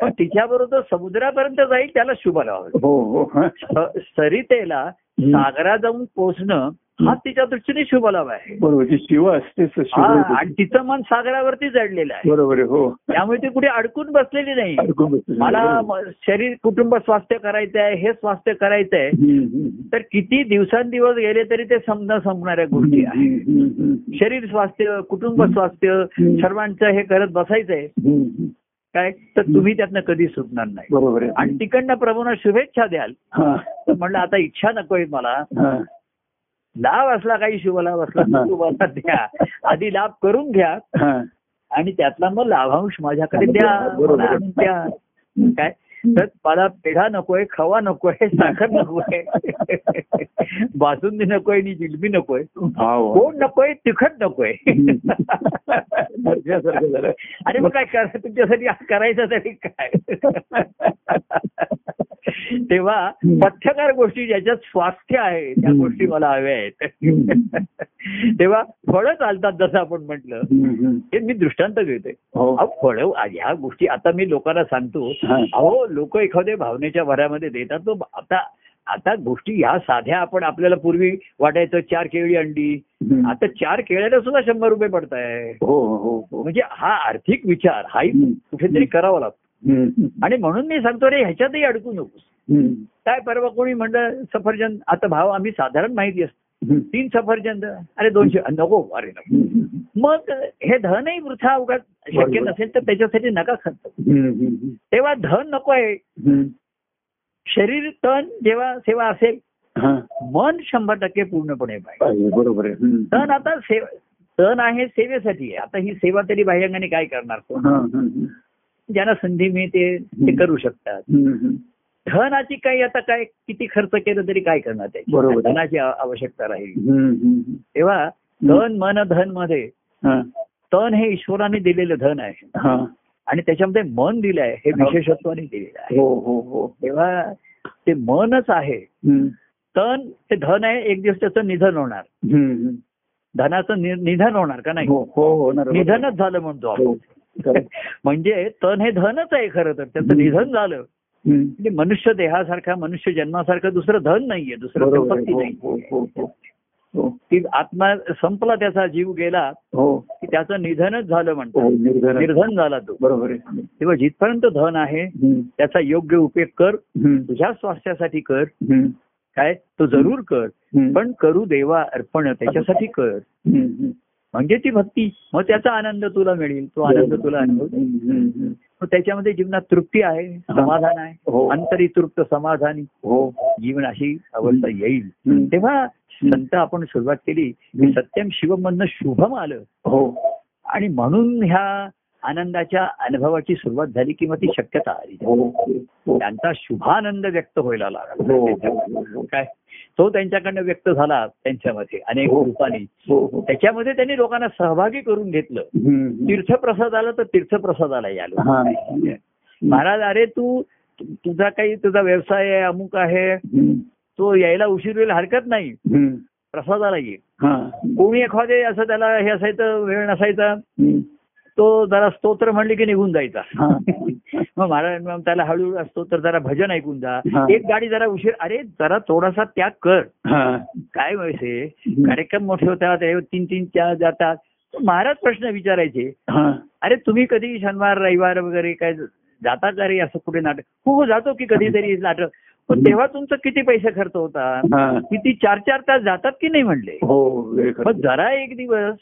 पण तिच्याबरोबर समुद्रापर्यंत जाईल त्याला शुभ लाभ होतो.
हो हो हा.
स- सरितेला सागरात जाऊन पोहोचणं हा तिच्या दृष्टीने शुभ लाभ आहे
बरोबर ती शिव असतेच शिव
हा,
होते.
आणि तिचं मन सागरावरती जडलेलं आहे
बरोबर आहे हो
त्यामुळे ती कुठे अडकून बसलेली नाही
अडकून बसते.
मला म- शरीर कुटुंब स्वास्थ्य करायचं आहे हे स्वास्थ्य करायचं आहे
हम्म, हम्म.
तर किती दिवसांदिवस गेले तरी ते समजा संपणाऱ्या गोष्टी आहेत
हम्म, हम्म.
शरीर स्वास्थ्य कुटुंब स्वास्थ्य सर्वांचं हे करत बसायचंय
हम्म.
काय तर तुम्ही त्यातनं कधी सुटणार नाही
बरोबर आहे
आणि तिकडनं प्रभूंना शुभेच्छा द्याल
हा
तर म्हणलं आता इच्छा नकोय मला
हा
लाभ असला काही शुभ लाभ असला तो तुम्हाला द्या आधी लाभ करून घ्या
हा
आणि त्यातला मग लाभांश माझ्याकडे द्या
बरोबर.
मला आणून द्या काय तर मला पेढा नकोय खवा नकोय साखर नकोय बासुंदी नकोय आणि जिलबी नकोय
हो.
कोण नकोय तिखट नकोय
सारखं झालं.
अरे मग काय करा तुमच्यासाठी आज करायचं तरी काय तेव्हा पथ्यकार गोष्टी ज्याच्यात स्वास्थ्य आहे त्या
हम्म.
गोष्टी मला हव्या आहेत
हम्म.
तेव्हा फळं चालतात जसं आपण म्हटलं
हम्म, हम्म.
हे मी दृष्टांत घेते
हो.
अहो फळं आ- ह्या गोष्टी आता मी लोकांना सांगतो
हा.
अहो लोक एखाद्या भावनेच्या भरामध्ये देतात तो आता आता गोष्टी ह्या साध्या आपण आपल्याला पूर्वी वाटायचं चार केळी अंडी
हम्म.
आता चार केळ्याला सुद्धा शंभर रुपये पडत आहे
हो हो हो
म्हणजे हा आर्थिक विचार हाही
हम्म.
कुठेतरी करावा लागतो
हम्म.
आणि म्हणून मी सांगतो रे ह्याच्यातही अडकू नकोस
हम्म.
काय परवा कोणी म्हणलं सफरचंद आता भाव आम्ही साधारण माहिती असतो
हम्म.
तीन सफरचंद अरे दोनशे नको अरे नको
हम्म.
मग हे धनही वृथा अवघात शक्य
बरोबर.
नसेल तर त्याच्यासाठी नका खर्च करू.
हम्म. हम्म.
तेव्हा धन नको आहे
हम्म.
शरीर तन जेव्हा सेवा असेल
हा.
मन शंभर टक्के पूर्णपणे पाहिजे
पाहिजे, बरोबर आहे हम्म.
तन आता सेवा तन आहे सेवेसाठी आहे. आता ही सेवा तरी बाह्यंगाने काय करणार कोण?
हा, हम्म.
ज्यांना संधी मिळते ते करू शकतात
हम्म.
धनाची काही आता काय किती खर्च केलं तरी काय करणार त्याची
बरोबर.
धनाची आ- आवश्यकता राहील
हम्म. हम्म.
तेव्हा तन मन धन मध्ये
हा.
तन हे ईश्वराने दिलेलं धन आहे
हा.
आणि त्याच्यामध्ये मन दिलं आहे हे विशेषत्वाने दिलेलं आहे
हो हो हो
तेव्हा ते मनच आहे
हम्म.
तन ते धन आहे एक दिवस त्याचं निधन होणार
हम्म.
धनाचं नि- निधन होणार का नाही
हो हो होणार
निधनच झालं म्हणतो आपण
हो. correct.
म्हणजे तन हे धनच आहे खरं तर त्याचं
हम्म.
निधन झालं
हम्म.
म्हणजे मनुष्य देहासारखा मनुष्य जन्मासारखं दुसरं धन नाहीये दुसरं
बरोबर
संपत्ती
आहे. हो, हो,
नाही
हो, हो.
की आत्मा संपला त्याचा जीव गेला
हो,
की त्याचं निधनच झालं म्हणतो
हो, निर्धन आहे.
निर्धन झाला तो
बरोबर आहे
तेव्हा जिथपर्यंत धन आहे
हम्म,
त्याचा योग्य उपयोग कर
हम्म,
तुझ्या स्वास्थ्यासाठी कर
हम्म,
काय तो जरूर कर
हम्म.
पण करू देवा अर्पण त्याच्यासाठी कर
हम्म, हम्म.
म्हणजे ती भक्ती मग त्याचा आनंद तुला मिळेल तो आनंद तुला अनुभव
हम्म, हम्म, हम्म.
त्याच्यामध्ये जीवनात तृप्ती आहे समाधान
हो.
आहे अंतरी तृप्त समाधानी
हो
जीवन अशी अवस्था येईल
हम्म.
तेव्हा संत आपण सुरुवात केली की
हम्म.
सत्यम शिवम मधनं शुभम आलं
हो
आणि म्हणून ह्या आनंदाच्या अनुभवाची सुरुवात झाली किंवा ती शक्यता आली
हो हो,
त्यांचा शुभानंद व्यक्त व्हायला लागला
हो,
त्याच्यामध्ये. काय तो त्यांच्याकडनं व्यक्त झाला त्यांच्यामध्ये अनेक
हो.
रूपाने
हो, हो.
त्याच्यामध्ये त्यांनी लोकांना सहभागी करून घेतलं
हम्म, हम्म.
तीर्थप्रसाद आला तर तीर्थप्रसादाला यालो
हा.
महाराज अरे तू तु- तुझा काही तुझा व्यवसाय आहे अमुक आहे
हम्म,
तो यायला उशीर होईल हरकत नाही
हम्म.
प्रसादाला ये
हा.
कोणी एखादे असं त्याला हे असायचं वेळ नसायचा
हम्म.
तो जरा स्तोत्र म्हणले की निघून जायचा
हा.
मग महाराज मग त्याला हळूहळू असतो तर जरा भजन ऐकून जा
हा.
एक गाडी जरा उशीर अरे जरा थोडासा त्याग कर
हा.
काय वयसे
हम्म.
कार्यक्रम मोठे होतात हे तीन तीन चार जातात तर महाराज प्रश्न विचारायचे
हा.
अरे तुम्ही कधी शनिवार रविवार वगैरे काय जाता का रे असं कुठे नाटक हो हो जातो की कधीतरी नाटक पण तेव्हा तुमचं किती पैसे खर्च होता
हा.
किती चार चार तास जातात की नाही म्हणले
हो वेळ खर्च.
मग जरा एक दिवस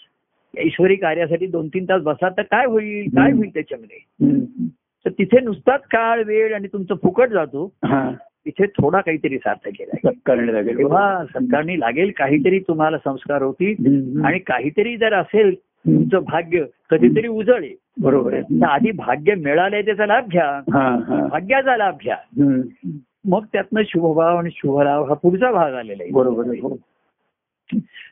ईश्वरी कार्यासाठी दोन तीन तास बसा तर काय होईल काय होईल त्याच्यामध्ये
हम्म.
तर तिथे नुसताच काळ वेळ आणि तुमचं फुकट जातो
हा.
तिथे थोडा काहीतरी सार्थ केला
करायला लागेल
तेव्हा सरकारने लागेल काहीतरी तुम्हाला संस्कार होतील
हम्म.
आणि काहीतरी जर असेल
हम्म.
तुमचं भाग्य कधीतरी उजळेल
बरोबर आहे
तर आधी भाग्य मिळालंय त्याचा लाभ घ्या
हा हा
भाग्याचा लाभ घ्या
हम्म.
मग त्यातनं शुभभाव आणि शुभलाभ हा पुढचा भाग आलेला आहे
बरोबर आहे हो.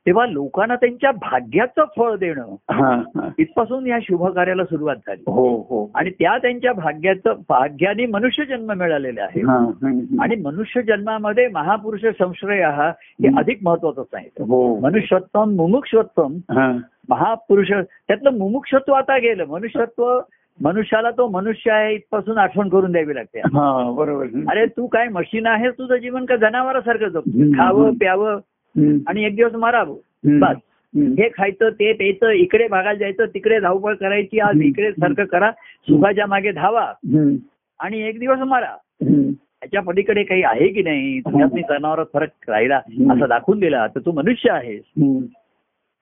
तेव्हा लोकांना त्यांच्या भाग्याचं फळ देणं
हा हा
इथपासून या शुभ कार्याला सुरुवात झाली
हो हो
आणि त्या त्यांच्या भाग्याचं भाग्याने मनुष्य जन्म मिळालेला आहे
हा, हम्म.
आणि मनुष्य जन्मामध्ये महापुरुष संश्रय हा हे अधिक महत्वाचं सांगितलं
हो
मनुष्यत्व मुमुक्षत्व
हा
महापुरुष त्यातलं मुमुक्षत्व आता गेलं मनुष्यत्व मनुष्याला तो मनुष्य आहे इथपासून आठवण करून द्यावी लागते
हा बरोबर हम्म.
अरे तू काय मशीन आहे तुझं जीवन का जनावरासारखं जगतो
हम्म.
खावं प्यावं
हम्म.
आणि एक दिवस मारावं
हम्म.
बस
हम्म.
हे खायचं ते प्यायचं इकडे भागायला जायचं तिकडे धावपळ करायची आज
हम्म.
इकडे सारखं करा सुखाच्या मागे धावा
हम्म.
आणि एक दिवस मारा
हम्म.
त्याच्या पलीकडे काही आहे की नाही तुझ्यात मी जनावरात फरक राहिला
हो. हम्म.
असं दाखवून दिला तर तू मनुष्य आहेस
हम्म.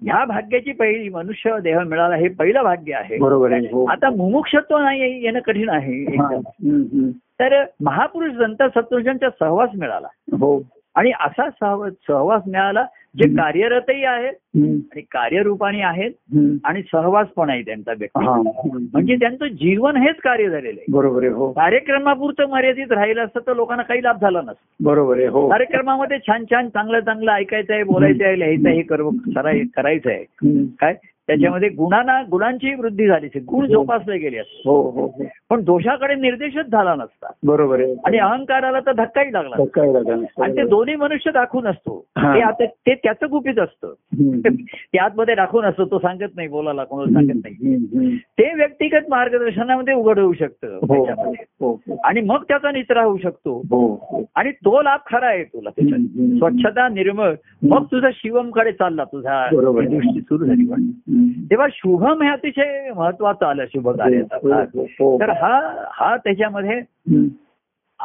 ह्या भाग्याची पहिली मनुष्य देह मिळाला हे पहिलं भाग्य आहे
बरोबर आहे हो
आता मुमुक्षत्व नाही आहे, येणं कठीण आहे
हा.
एकदम.
हम्म. हम्म.
तर महापुरुष संत सत्पुरुषांचा सहवास मिळाला
हो
आणि असा सहवास सहवास मिळाला जे
हम्म.
कार्यरतही आहेत
हम्म,
आणि कार्यरूपाने आहेत
हम्म.
आणि सहवास पण आहे त्यांचा व्यक्ती
हा.
म्हणजे त्यांचं जीवन हेच कार्य झालेलं आहे
बरोबर आहे हो
कार्यक्रमापुरतं मर्यादित राहिलं असतं तर लोकांना काही लाभ झाला नसतो
बरोबर आहे हो
कार्यक्रमामध्ये छान छान चांगलं चांगलं ऐकायचं आहे बोलायचं आहे लिहायचं आहे हे करव सराय- करायचं आहे
हम्म.
काय त्याच्यामध्ये गुणांना गुणांची वृद्धी झाली असेल गुण जोपासले गेले असते
हो हो हो.
पण दोषाकडे निर्देशच झाला नसता
बरोबर आहे
आणि अहंकाराला तर धक्काही लागला
तर काय लागलं?
नसता. आणि ते दोन्ही मनुष्य दाखवून असतो
हो. हा.
ते आता ते त्याचं गुपित असतं
हम्म.
ते आतमध्ये दाखवून असतो तो सांगत नाही बोलायला कोणाला हो, सांगत नाही
हम्म, हम्म.
ते व्यक्तिगत मार्गदर्शनामध्ये उघड होऊ शकतं
हो
त्याच्यामध्ये.
हो हो.
आणि मग त्याचा निचरा होऊ शकतो
हो हो.
आणि तो लाभ खरा आहे तुला त्याच्यात
हम्म, हम्म.
स्वच्छता निर्मळ मग तुझा शिवमकडे चालला तुझा
बरोबर आहे.
दृष्टी सुरू झाली वाटतं.
हम्म.
तेव्हा शुभम हे अतिशय महत्वाचं आलं शुभ
हो,
कार्याचा
हो, हो.
तर हा हा त्याच्यामध्ये
हम्म.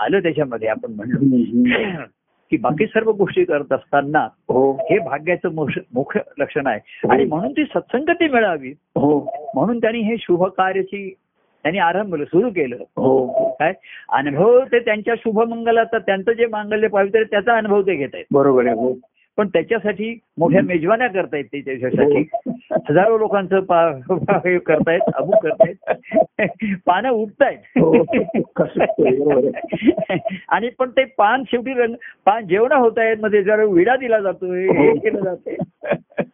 आलं त्याच्यामध्ये आपण म्हणलो
हम्म, हम्म.
की बाकी सर्व गोष्टी करत असताना
हो
हे भाग्याचं मोश- मुख्य लक्षण आहे आणि म्हणून ती सत्संगती मिळावी
हो
म्हणून त्यांनी हे शुभ कार्याची त्यांनी आरंभलं सुरू केलं
हो
काय अनुभव ते त्यांच्या शुभमंगलाचा त्यांचं जे मांगल्य पावित्र्य आहे, त्याचा अनुभव ते घेत आहेत
बरोबर आहे हो
पण त्याच्यासाठी मोठ्या मेजवान्या करतायत ते त्याच्यासाठी
हो.
हजारो लोकांचं पा- पा- हे करतायत अमुक करतायत पानं
हो.
उठतायत
कसं ते, बरोबर आहे.
आणि पण ते पान शेवटी रंग पान जेवण होत आहेत मध्ये जरा विडा दिला जातोय हे
हो.
केलं जाते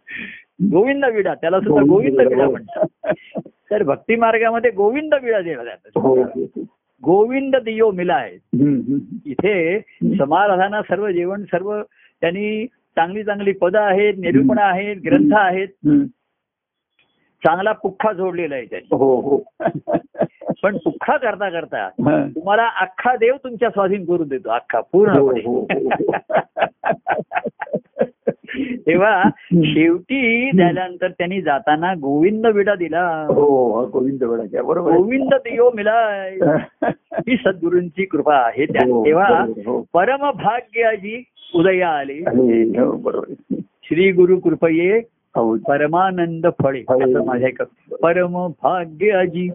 गोविंद विडा त्याला
हो,
सुद्धा गोविंद विडा म्हणतात तर भक्ती मार्गामध्ये गोविंद विडा दिला
हो
जातो गोविंद दियो मिला आहे
हम्म, हम्म.
इथे समाराधना सर्व जेवण सर्व त्यांनी चांगली चांगली पदं आहेत निरूपण आहेत ग्रंथ आहेत
हम्म.
चांगला पुख्खा जोडलेला आहे त्यांनी
हो हो
पण पुख्खा करता करता
हा.
तुम्हाला अख्खा देव तुमच्या स्वाधीन करून देतो अख्खा
हो, हो,
पूर्णपणे तेव्हा शेवटी झाल्यानंतर त्यांनी जाताना गोविंद विडा दिला
हो हा गोविंद बडाच्या बरोबर आहे.
गोविंद देव मिलाय ही सद्गुरूंची कृपा आहे त्या
हो,
तेव्हा
बरोबर, हो.
परम भाग्याची उदया आली
अरे, हो, बरोबर आहे.
श्री गुरु कृपये
हो
परमानंद फळे
फळे.
असं माझ्या एक परम भाग्याजी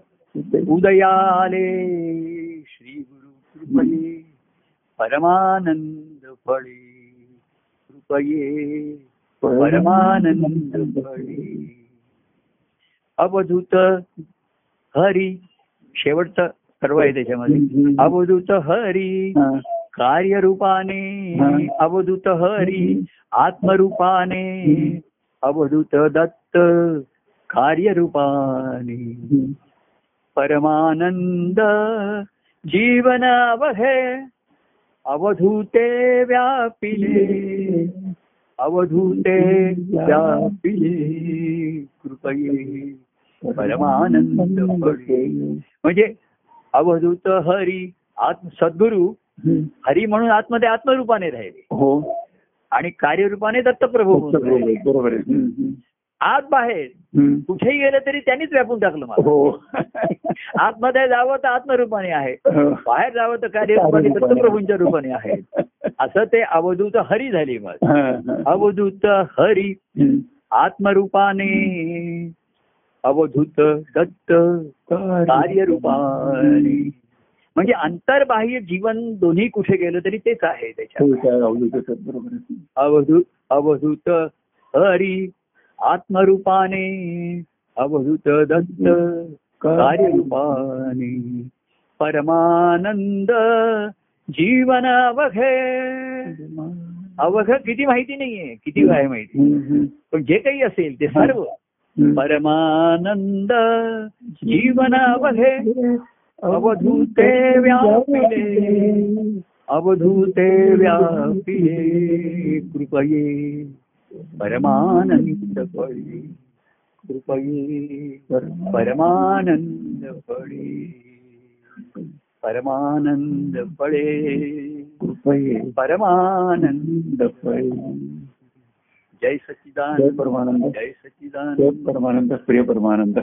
उदयाले श्री गुरु कृपये परमानंद फळे कृपये परमानंद फळे अवधूत हरी शेवटचं सर्व आहे त्याच्यामध्ये
हम्म.
अवधूत हरी
हा.
कार्यरूपाने
हा.
अवधूत हरी आत्मरूपाने
हम्म.
अवधूत दत्त कार्यरूपाने
हम्म.
परमानंद जीवन अवघे अवधूते व्यापिले अवधूते व्यापिले कृपये परमानंद फळे. म्हणजे अवधूत हरी आत्म सद्गुरू
हम्म.
हरी म्हणून आतमध्ये आत्मरूपाने राहिले
हो
आणि कार्यरूपाने दत्तप्रभू म्हणून
बरोबर
राहिले.
आहे, बरोबर आहे हम्म, हम्म.
आत बाहेर
हम्म.
कुठेही गेलं तरी त्यांनीच व्यापून टाकलं मला
हो
आतमध्ये जावं तर आत्मरूपाने आहे
हो.
बाहेर जावं तर कार्यरूपाने दत्तप्रभूंच्या रूपाने आहे असं ते अवधूत हरी झाली मग
हा, हा.
अवधूत हरी
हम्म.
आत्मरूपाने अवधूत दत्त कार्यरूपाने म्हणजे आंतरबाह्य जीवन दोन्ही कुठे गेलं तरी तेच आहे त्याच्यात
हो, काय अवधूत असतात, बरोबर आहे.
अवधूत अवधूत हरी आत्मरूपाने अवधूत दत्त कार्यरूपाने परमानंद जीवन अवघे अवघ किती माहिती नाहीये किती आहे माहिती
हम्म, हम्म.
पण जे काही असेल ते सर्व
हम्म.
परमानंद जीवन अवघे अवधूते व्यापिले अवधूते व्यापिले कृपये परमानंद फळे कृपये परमानंद फळे परमानंद फळे
कृपये
परमानंद फळे
जय
जय सच्चिदानंद
परमानंद
जय
जय
सच्चिदानंद
परमानंद प्रिय परमानंद